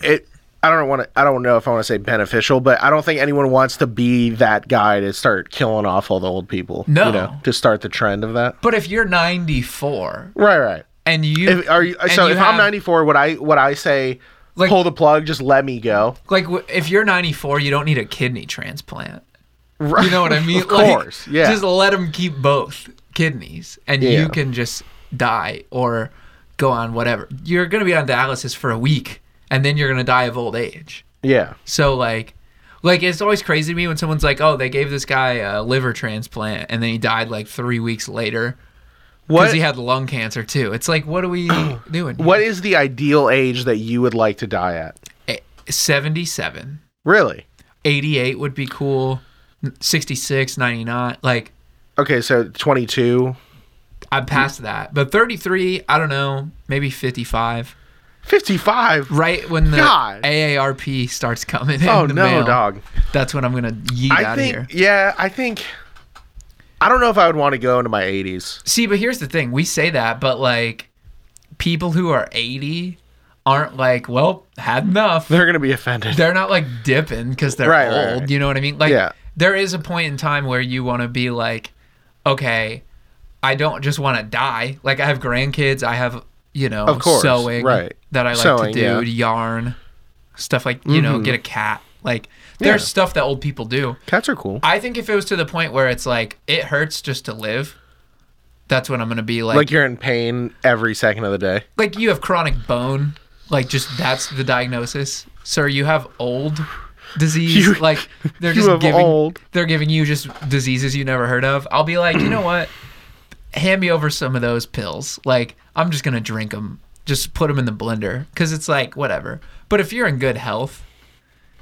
it. I don't want to. I don't know if I want to say beneficial, but I don't think anyone wants to be that guy to start killing off all the old people.
No.
to start the trend of that.
But if you're 94
Right, right.
and you
If, are you,
and
so
you
if I'm
have-
94, would I would I say
Like-
pull the plug, just let me go?
like w- if you're 94 you don't need a kidney transplant
Right.
you know what i mean
of course,
like,
yeah.
just let them keep both kidneys and
Yeah.
you can just die or go on whatever you're going to be on dialysis for a week and then you're going to die of old age
yeah,
so like like it's always crazy to me when someone's like oh they gave this guy a liver transplant and then he died like three weeks later because
What-
he had lung cancer too it's like what are we doing here?
what is the ideal age that you would like to die at?
Eh, 77
Really?
88 would be cool 66 99 like
Okay, so 22,
i'm past that but 33 i don't know maybe 55
55.
right when the
God.
aarp starts coming in
Oh
the
no,
mail,
dog.
that's when i'm gonna yeet
I
out
think
of here
yeah, I think I don't know if I would want to go into my 80s.
see but here's the thing we say that but like people who are 80 aren't like well had enough
They're going to be offended.
they're not like dipping because they're
Right, right,
old.
right.
You know what I mean? Like,
Yeah.
there is a point in time where you want to be like, okay, I don't just want to die. Like, I have grandkids. I have, you know,
Of course,
sewing
right.
that I like
Sewing,
to
yeah. Mm-hmm.
do, yarn, stuff like, you know, get a cat. Like, there's
Yeah.
stuff that old people do.
Cats are cool.
I think if it was to the point where it's like, it hurts just to live, that's when I'm going to be like,
like you're in pain every second of the day.
like you have chronic bone like just that's the diagnosis sir you have old disease
You-
like they're
you
just
have
giving
old.
they're giving you just diseases you never heard of i'll be like you know what hand me over some of those pills like i'm just gonna drink them just put them in the blender because it's like whatever but if you're in good health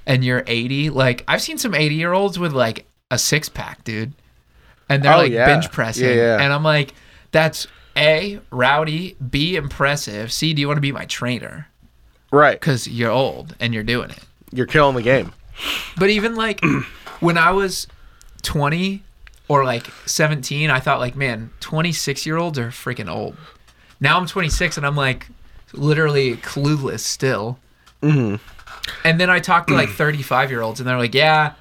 and you're 80 like i've seen some 80 year olds with like a six-pack dude and they're
Oh,
like
yeah.
bench pressing
Yeah, yeah.
and i'm like that's a rowdy b impressive c do you want to be my trainer
Right.
because you're old and you're doing it
You're killing the game.
but even like when I was 20 or like 17, I thought like, man, 26 year olds are freaking old. Now I'm 26 and I'm like literally clueless still. Mm-hmm. And then I talked to like 35 year olds and they're like, yeah,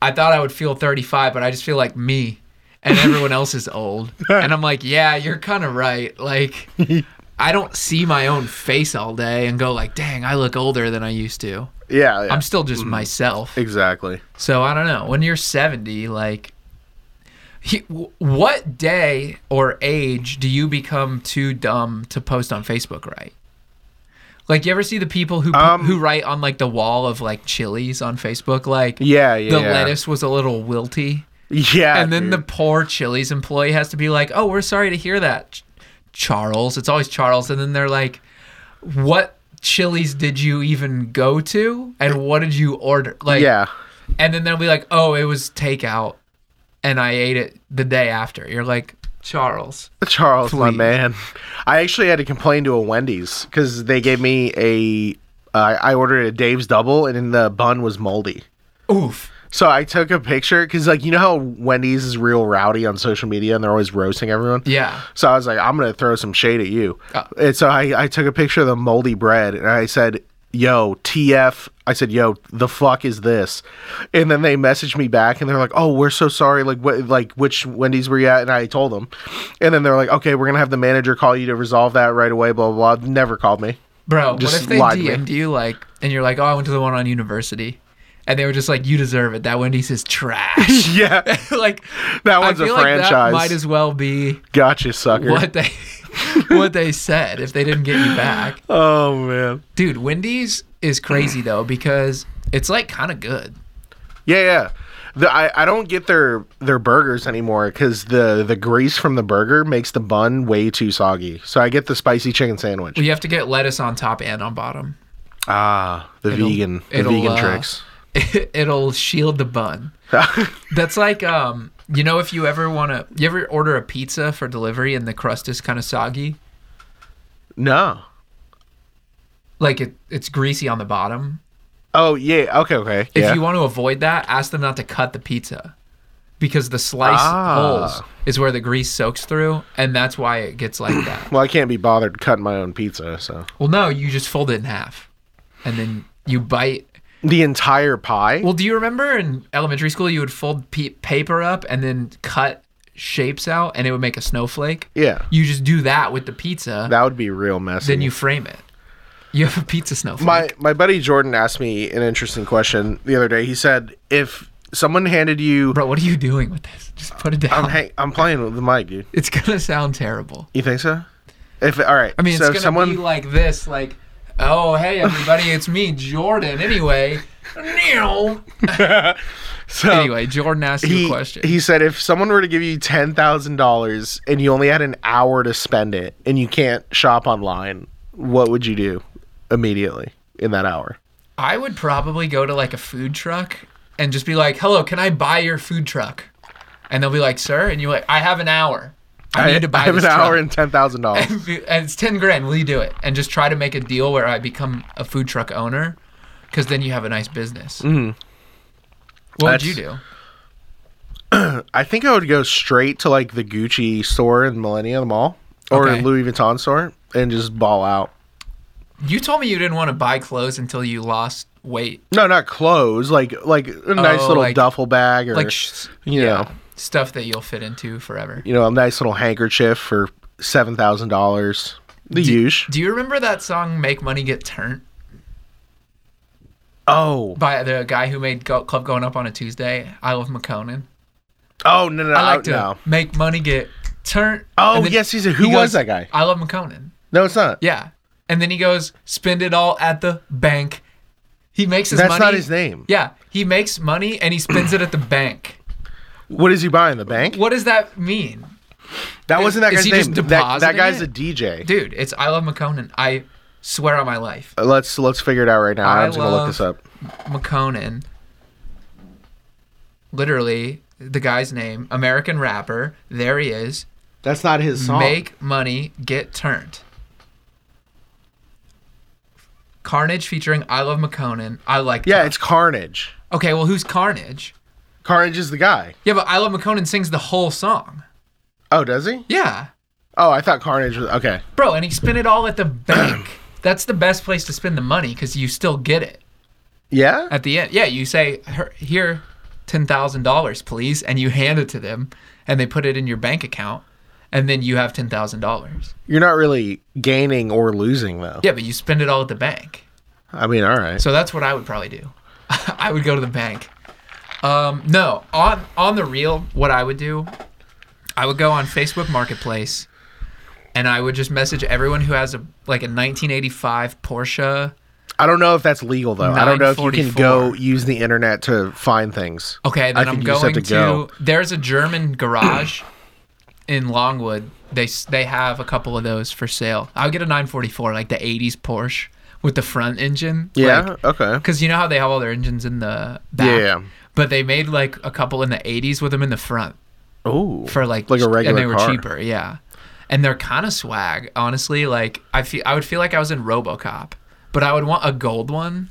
I thought I would feel 35, but I just feel like me and everyone else is old. And I'm like, yeah, you're kind of right. Like, I don't see my own face all day and go like, dang, I look older than I used to.
Yeah, yeah.
I'm still just myself.
exactly.
So I don't know. When you're 70, like, he, wh- what day or age do you become too dumb to post on Facebook? Right? Like, you ever see the people who
Um,
who write on like the wall of like chilies on Facebook, like
Yeah, yeah.
the
yeah.
lettuce was a little wilty,
Yeah.
and then
dude.
the poor Chili's employee has to be like, "Oh, we're sorry to hear that, Ch- Charles." It's always Charles, and then they're like, "What Chili's did you even go to, and what did you order?" Like,
yeah.
and then they'll be like, "Oh, it was takeout, and I ate it the day after." You're like, Charles,
Charles, my
Please.
man. I actually had to complain to a Wendy's because they gave me a. Uh, I ordered a Dave's double, and then the bun was moldy.
oof.
So I took a picture because, like, you know how Wendy's is real rowdy on social media, and they're always roasting everyone.
Yeah.
So I was like, I'm gonna throw some shade at you.
Oh.
And so I, I took a picture of the moldy bread, and I said, "Yo, TF." I said, "Yo, the fuck is this?" And then they messaged me back, and they're like, "Oh, we're so sorry. Like, what? Like, which Wendy's were you at?" And I told them, and then they're like, "Okay, we're gonna have the manager call you to resolve that right away." Blah blah. blah. Never called me.
Bro,
Just
what if they
lied to me.
DM'd you like, and you're like, "Oh, I went to the one on University," and they were just like, "You deserve it. That Wendy's is trash."
yeah,
like,
that
I
one's a
feel like that
franchise.
might as well be
gotcha, sucker.
what they what they said if they didn't get you back.
Oh man.
Dude, Wendy's is crazy though because it's like kind of good.
Yeah, yeah. The, I, I don't get their their burgers anymore because the the grease from the burger makes the bun way too soggy. So I get the spicy chicken sandwich.
You have to get lettuce on top and on bottom.
Ah, the
It'll-
vegan the
it'll,
vegan
uh,
tricks.
It'll shield the bun. That's like um you know if you ever want to you ever order a pizza for delivery and the crust is kind of soggy,
no.
like it it's greasy on the bottom.
Oh yeah. Okay. Okay.
If
yeah.
you want to avoid that, ask them not to cut the pizza because the slice
Ah.
holes is where the grease soaks through and that's why it gets like that.
well, I can't be bothered cutting my own pizza, so
Well, no, you just fold it in half, and then you bite.
the entire pie.
Well, do you remember in elementary school you would fold pe- paper up and then cut shapes out, and it would make a snowflake?
yeah,
You just do that with the pizza,
that would be real messy.
then you frame it. You have a pizza snowflake.
my my buddy Jordan asked me an interesting question the other day. He said if someone handed you,
Bro, what are you doing with this? Just put it
I'm
down.
hang, I'm playing with the mic, dude.
it's gonna sound terrible.
You think so? If all right,
I mean, it's
so if
gonna
someone
be like this, like, oh hey everybody, it's me, Jordan. Anyway, Meow.
so
anyway, Jordan asked you
Um, he
a question.
he said if someone were to give you ten thousand dollars and you only had an hour to spend it and you can't shop online, what would you do immediately in that hour?
I would probably go to like a food truck and just be like, "Hello, can I buy your food truck?" And they'll be like, "Sir," and you're like, "I have an hour. I, need to buy
have
this
an
truck."
hour and ten thousand dollars.
and it's ten grand. Will you do it? And just try to make a deal where I become a food truck owner, because then you have a nice business. What
Mm-hmm. That's-
would you do?
I think I would go straight to like the Gucci store in Millennium Mall or
Okay.
Louis Vuitton store and just ball out.
You told me you didn't want to buy clothes until you lost weight,
No, not clothes. Like like a nice
Oh,
little
like-
duffel bag or
like sh-
you know.
stuff that you'll fit into forever.
you know, a nice little handkerchief for seven thousand dollars. The huge.
Do you remember that song "Make Money Get Turned"?
Oh,
by the guy who made Go- Club Going Up on a Tuesday. I love McConan.
oh no, no,
I like to
no.
make money get turned.
Oh
and then
yes, he's a,
he
who
goes,
was that guy?
I love McConan.
No, it's not.
Yeah, and then he goes spend it all at the bank. He makes his
That's
money.
not his name.
Yeah, he makes money and he spends it at the bank.
What is he buying? The bank?
What does that mean,
That wasn't that
is
guy's
he just
name. That, that
depositing
guy's
it?
a DJ.
dude? It's I love McConan. I swear on my life,
Uh, Let's let's figure it out right now.
I
I'm just gonna look
love-
this up.
McConan. Literally, the guy's name, American rapper. There he is.
That's not his song.
Make money, get turned. Carnage featuring I Love McConan. I like
yeah,
that.
it's Carnage.
Okay, well, who's Carnage?
Carnage is the guy.
Yeah, but I Love McConan sings the whole song.
Oh, does he?
Yeah.
Oh, I thought Carnage was okay.
Bro, and he spent it all at the bank. That's the best place to spend the money because you still get it
Yeah.
at the end. Yeah, you say, "Her- here, $10,000, please. And you hand it to them and they put it in your bank account. and then you have ten thousand dollars.
You're not really gaining or losing though.
Yeah, but you spend it all at the bank.
I mean, all right.
So that's what I would probably do. I would go to the bank. Um, no, on on the real, what I would do, I would go on Facebook Marketplace, and I would just message everyone who has a like a 1985 Porsche.
I don't know if that's legal though. I don't know if you can go use the internet to find things.
Okay, then
I
I'm
think you just have
going to,
to go.
There's a German garage in Longwood. They s- they have a couple of those for sale. I would get a 944, like the 80s Porsche with the front engine.
Yeah.
Like,
okay.
Because you know how they have all their engines in the back?
Yeah.
But they made like a couple in the 80s with them in the front
Oh.
for like,
Like a
And
regular
they were
car.
cheaper, yeah. And they're kind of swag, honestly. Like, I, feel, I would feel like I was in Robocop, but I would want a gold one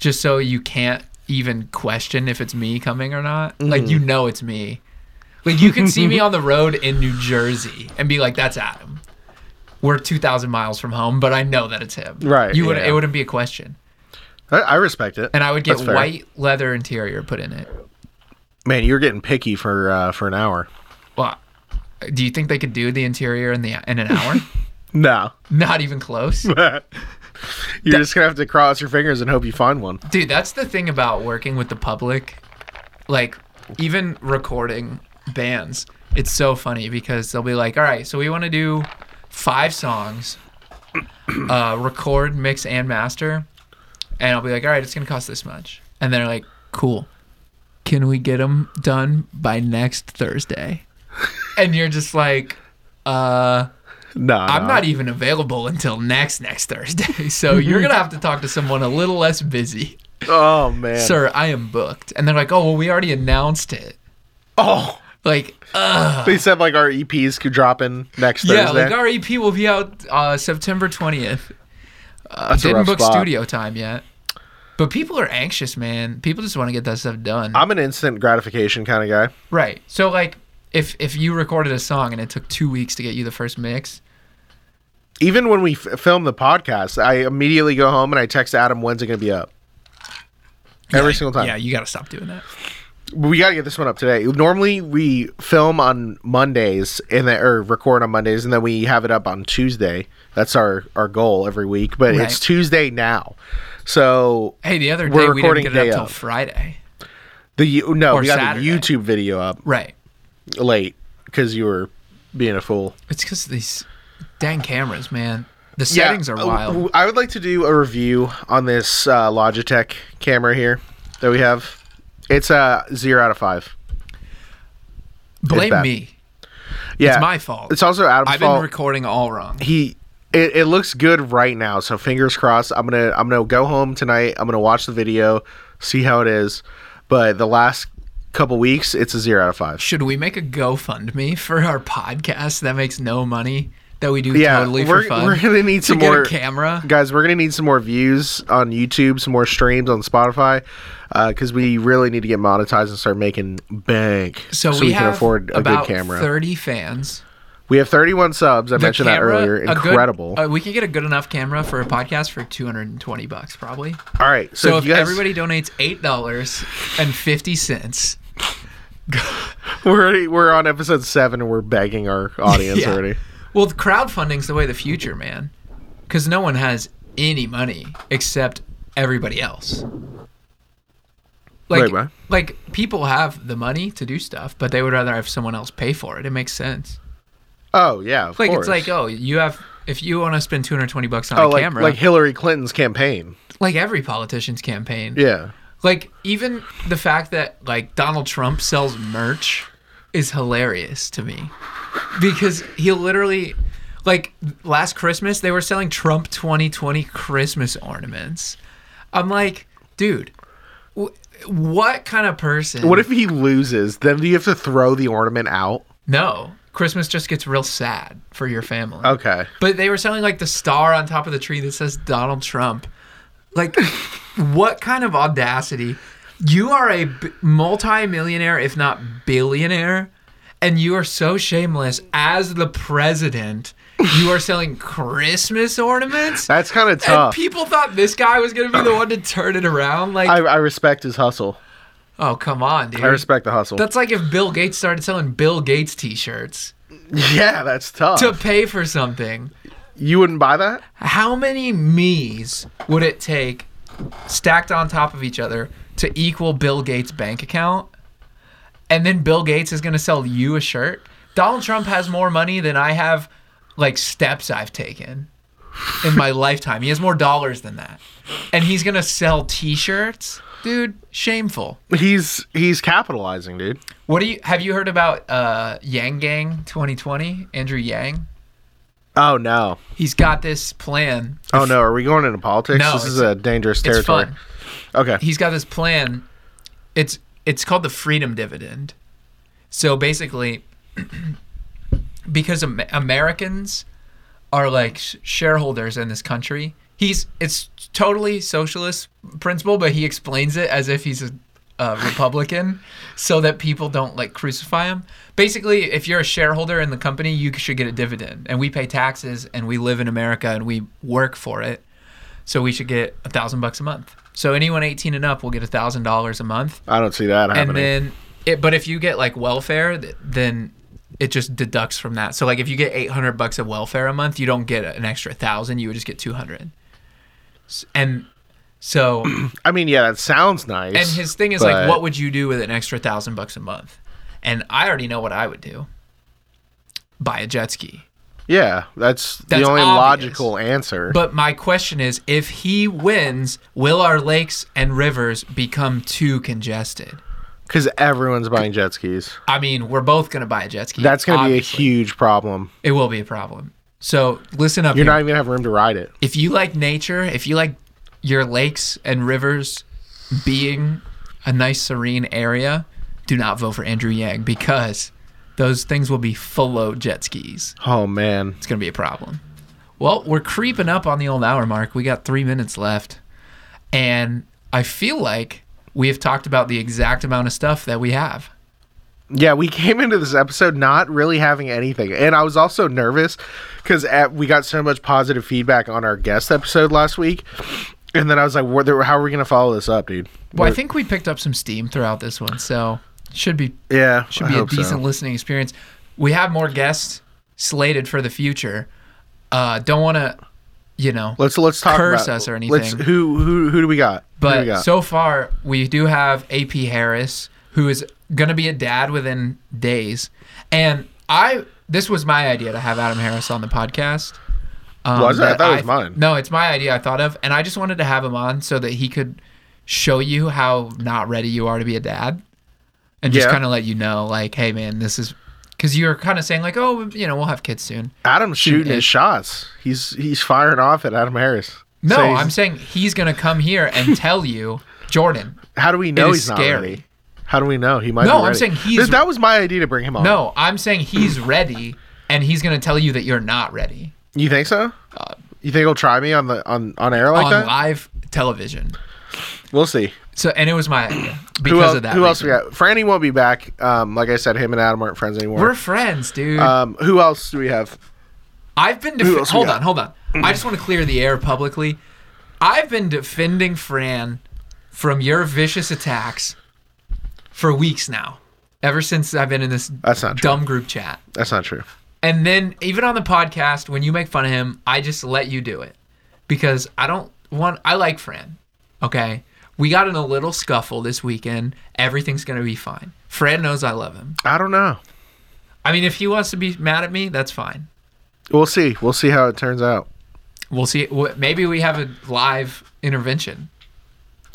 just so you can't even question if it's me coming or not.
Mm-hmm.
Like, you know it's me. Like, you could see me on the road in New Jersey and be like, that's Adam. We're 2,000 miles from home, but I know that it's him.
Right,
You would,
yeah.
It wouldn't be a question.
I, I respect it.
And I would get
That's fair.
white leather interior put in it.
Man, you're getting picky for uh, for an hour.
Well, do you think they could do the interior in the in an hour?
No.
Not even close.
You're just gonna have to cross your fingers and hope you find one.
Dude, that's the thing about working with the public. Like even recording bands, it's so funny because they'll be like, "All right, so we want to do five songs, uh, record, mix, and master," and I'll be like, "All right, it's gonna cost this much," and they're like, "Cool, can we get them done by next Thursday?" And you're just like, "Uh."
No.
I'm
no.
not e- even available until next next Thursday. So you're gonna have to talk to someone a little less busy.
Oh man.
Sir, I am booked. And they're like, Oh well we already announced it.
Oh.
Like, uh
They said like our EPs could drop in next
yeah,
Thursday.
like our EP will be out uh September twentieth. Uh,
That's a
didn't
rough
book
spot.
studio time yet. But people are anxious, man. People just want to get that stuff done.
I'm an instant gratification kind of guy.
right. So like if if you recorded a song and it took two weeks to get you the first mix,
Even when we f- film the podcast, I immediately go home and I text Adam when's it gonna be up. Every
yeah,
single time.
Yeah, you gotta stop doing that.
We got to get this one up today. Normally we film on Mondays and then or record on Mondays and then we have it up on Tuesday. That's our our goal every week, but
Right.
it's Tuesday now. So
Hey, the other
We're
day we didn't
recording
get it
day
up till
of.
Friday.
the you- no,
Or
we got
Saturday.
the YouTube video up
Right.
late cuz you were being a fool.
It's because these dang cameras, man. The settings are
uh,
wild.
w- I would like to do a review on this uh, Logitech camera here that we have. It's a 0 out of 5.
Blame
bad.
me.
Yeah.
It's my fault.
It's also Adam's
I've been
fault.
recording all wrong.
he it, it looks good right now so fingers crossed i'm gonna i'm gonna go home tonight i'm gonna watch the video see how it is but the last couple weeks it's a zero out of five
Should we make a GoFundMe for our podcast that makes no money that we do
yeah
totally
we're,
for fun?
we're gonna need
to
some
get
more
a camera.
guys we're gonna need some more views on youtube some more streams on spotify because we really need to get monetized and start making bank
So, we,
we,
have
can afford a
about
good camera
30 fans.
we have 31 subs i
The
mentioned
camera,
that earlier
a good-
incredible
uh, we can get a good enough camera for a podcast for 220 bucks probably.
all right so,
So
if
if
you guys,
everybody donates $8.50,
we're, already, we're on episode seven and we're begging our audience
Yeah.
already
Well, the crowdfunding's the way of the future, man. Because no one has any money except everybody else. Like,
Right, right.
like people have the money to do stuff, but they would rather have someone else pay for it. It makes sense.
Oh yeah, of
Like
course.
it's like, oh, you have if you want to spend two hundred twenty bucks on
oh,
a
like,
camera,
like
like,
Hillary Clinton's campaign.
every politician's campaign.
Yeah,
Like even the fact that like Donald Trump sells merch is hilarious to me. Because he literally like last Christmas they were selling Trump 2020 Christmas ornaments. I'm like, dude, w- what kind of person?
what if he loses? Then do you have to throw the ornament out?
No, Christmas just gets real sad for your family.
Okay,
But they were selling like the star on top of the tree that says Donald Trump. Like, what kind of audacity? You are a b- multi-millionaire, if not billionaire, and you are so shameless as the president. You are selling Christmas ornaments.
that's kind of
and
tough.
people thought this guy was gonna be the one to turn it around. Like,
I, I respect his hustle.
oh come on, dude.
I respect the hustle.
That's like if Bill Gates started selling Bill Gates T-shirts.
Yeah, that's tough.
to pay for something.
you wouldn't buy that?
How many me's would it take stacked on top of each other to equal Bill Gates' bank account? And then Bill Gates is going to sell you a shirt? Donald Trump has more money than I have like steps I've taken in my lifetime. He has more dollars than that. And he's going to sell t-shirts? Dude, shameful.
He's he's capitalizing, dude.
What do you have you heard about uh Yang Gang 2020? Andrew Yang?
Oh no.
He's got this plan
Oh no, are we going into politics?
No,
this is
it's-
a dangerous
it's
territory.
fun.
Okay.
he's got this plan. It's it's called the freedom dividend. So basically, because Am- Americans are like sh- shareholders in this country, he's it's totally socialist principle, but he explains it as if he's a, a Republican, so that people don't like crucify him. Basically, if you're a shareholder in the company, you should get a dividend, and we pay taxes, and we live in America, and we work for it. So we should get a thousand bucks a month. So anyone 18 and up will get a thousand dollars a month.
I don't see that happening.
And then, it, but if you get like welfare, th- then it just deducts from that. So like if you get 800 bucks of welfare a month, you don't get an extra thousand. You would just get 200. S- And so,
I mean, yeah, that sounds nice.
and his thing is like,
but-
what would you do with an extra thousand bucks a month? And I already know what I would do. Buy a jet ski.
Yeah, that's,
That's
the only
obvious.
logical answer.
But my question is if he wins, will our lakes and rivers become too congested?
Because everyone's buying jet skis.
I mean, we're both going to buy a jet ski.
That's going to be a
obviously.
huge problem.
It will be a problem. So listen up.
You're
here.
not even going to have room to ride it.
if you like nature, if you like your lakes and rivers being a nice, serene area, do not vote for Andrew Yang because those things will be full of jet skis.
Oh, man.
It's going to be a problem. Well, we're creeping up on the old hour mark. We got three minutes left. And I feel like we have talked about the exact amount of stuff that we have.
Yeah, we came into this episode not really having anything. And I was also nervous because we got so much positive feedback on our guest episode last week. And then I was like, "What- how are we going to follow this up, dude?
Well, I
We're-
think we picked up some steam throughout this one, so should be
yeah,
should
I
be a
hope so.
decent listening experience. We have more guests slated for the future. Uh, don't want to, you know,
Let's let's talk
curse
about,
us or
Let's,
anything.
who who who do we got? Who do we
but
got?
so far we do have AP Harris, who is gonna be a dad within days, and I. This was my idea to have Adam Harris on the podcast. Um,
Was it? I
that
thought it was mine.
No, it's my idea. I thought of, and I just wanted to have him on so that he could show you how not ready you are to be a dad, and just
Yeah.
kind of let you know, like, hey, man, this is because you were kind of saying like, oh, you know, we'll have kids soon.
Adam's shooting
it.
his shots. He's he's firing off at Adam Harris.
No,
So he's-
I'm saying he's gonna come here and tell you, Jordan.
How do we know
is
he's not
scary.
ready? How do we know he might?
No,
be
I'm
ready?
saying he's-
Th- that was my idea to bring him on.
No, I'm saying he's ready, and he's gonna tell you that you're not ready
you think so?
Uh,
you think he'll try me on the on on air like
on
that?
live television.
We'll see.
So, and it was my idea because
Who else?
of that.
who else we
reason.
got? Franny won't be back. Um, like I said, him and Adam aren't friends anymore.
We're friends, dude.
um, who else do we have?
I've been
Who
def-
else we
hold
got?
on, hold on. I just want to clear the air publicly. I've been defending Fran from your vicious attacks for weeks now. Ever since I've been in this
That's not true.
dumb group chat.
That's not true.
And then even on the podcast when you make fun of him, I just let you do it because I don't want I like Fran. Okay? We got in a little scuffle this weekend. Everything's going to be fine. Fran knows I love him.
I don't know.
I mean, if he wants to be mad at me, that's fine.
We'll see. We'll see how it turns out.
We'll see. w- Maybe we have a live intervention.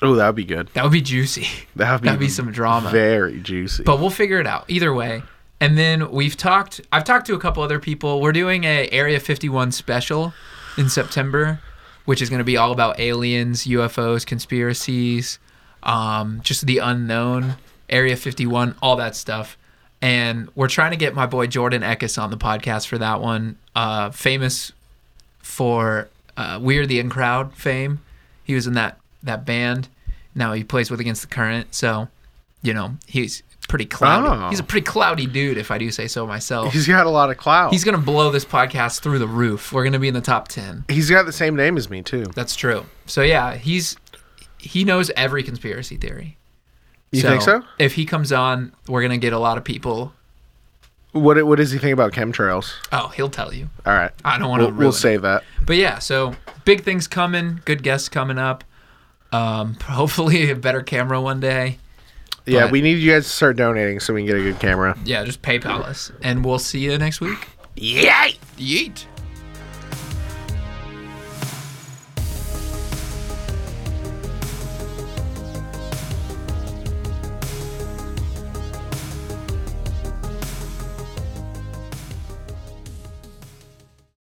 Oh, that'd be good.
That would be juicy.
That'd be,
That'd be some drama.
Very juicy.
But we'll figure it out either way. And then we've talked. I've talked to a couple other people. We're doing a Area 51 special in September, which is going to be all about aliens, UFOs, conspiracies, um, just the unknown, Area 51, all that stuff. And we're trying to get my boy Jordan Eckes on the podcast for that one. Uh, famous for uh, We're the In Crowd fame. He was in that that band. Now he plays with Against the Current, so you know he's pretty cloudy.
Oh.
He's a pretty cloudy dude, if I do say so myself.
he's got a lot of clout.
He's gonna blow this podcast through the roof. We're gonna be in the top ten.
he's got the same name as me too.
That's true. So yeah, he's he knows every conspiracy theory.
You think so?
If he comes on, we're gonna get a lot of people
What what does he think about chemtrails?
Oh, he'll tell you.
All right,
I don't want to
we'll,
ruin.
we'll
it.
save that.
But yeah, so big things coming. Good guests coming up. Um, hopefully a better camera one day.
Yeah,
But-
we need you guys to start donating so we can get a good camera.
Yeah, just PayPal us, and we'll see you next week.
Yay!
Yeet.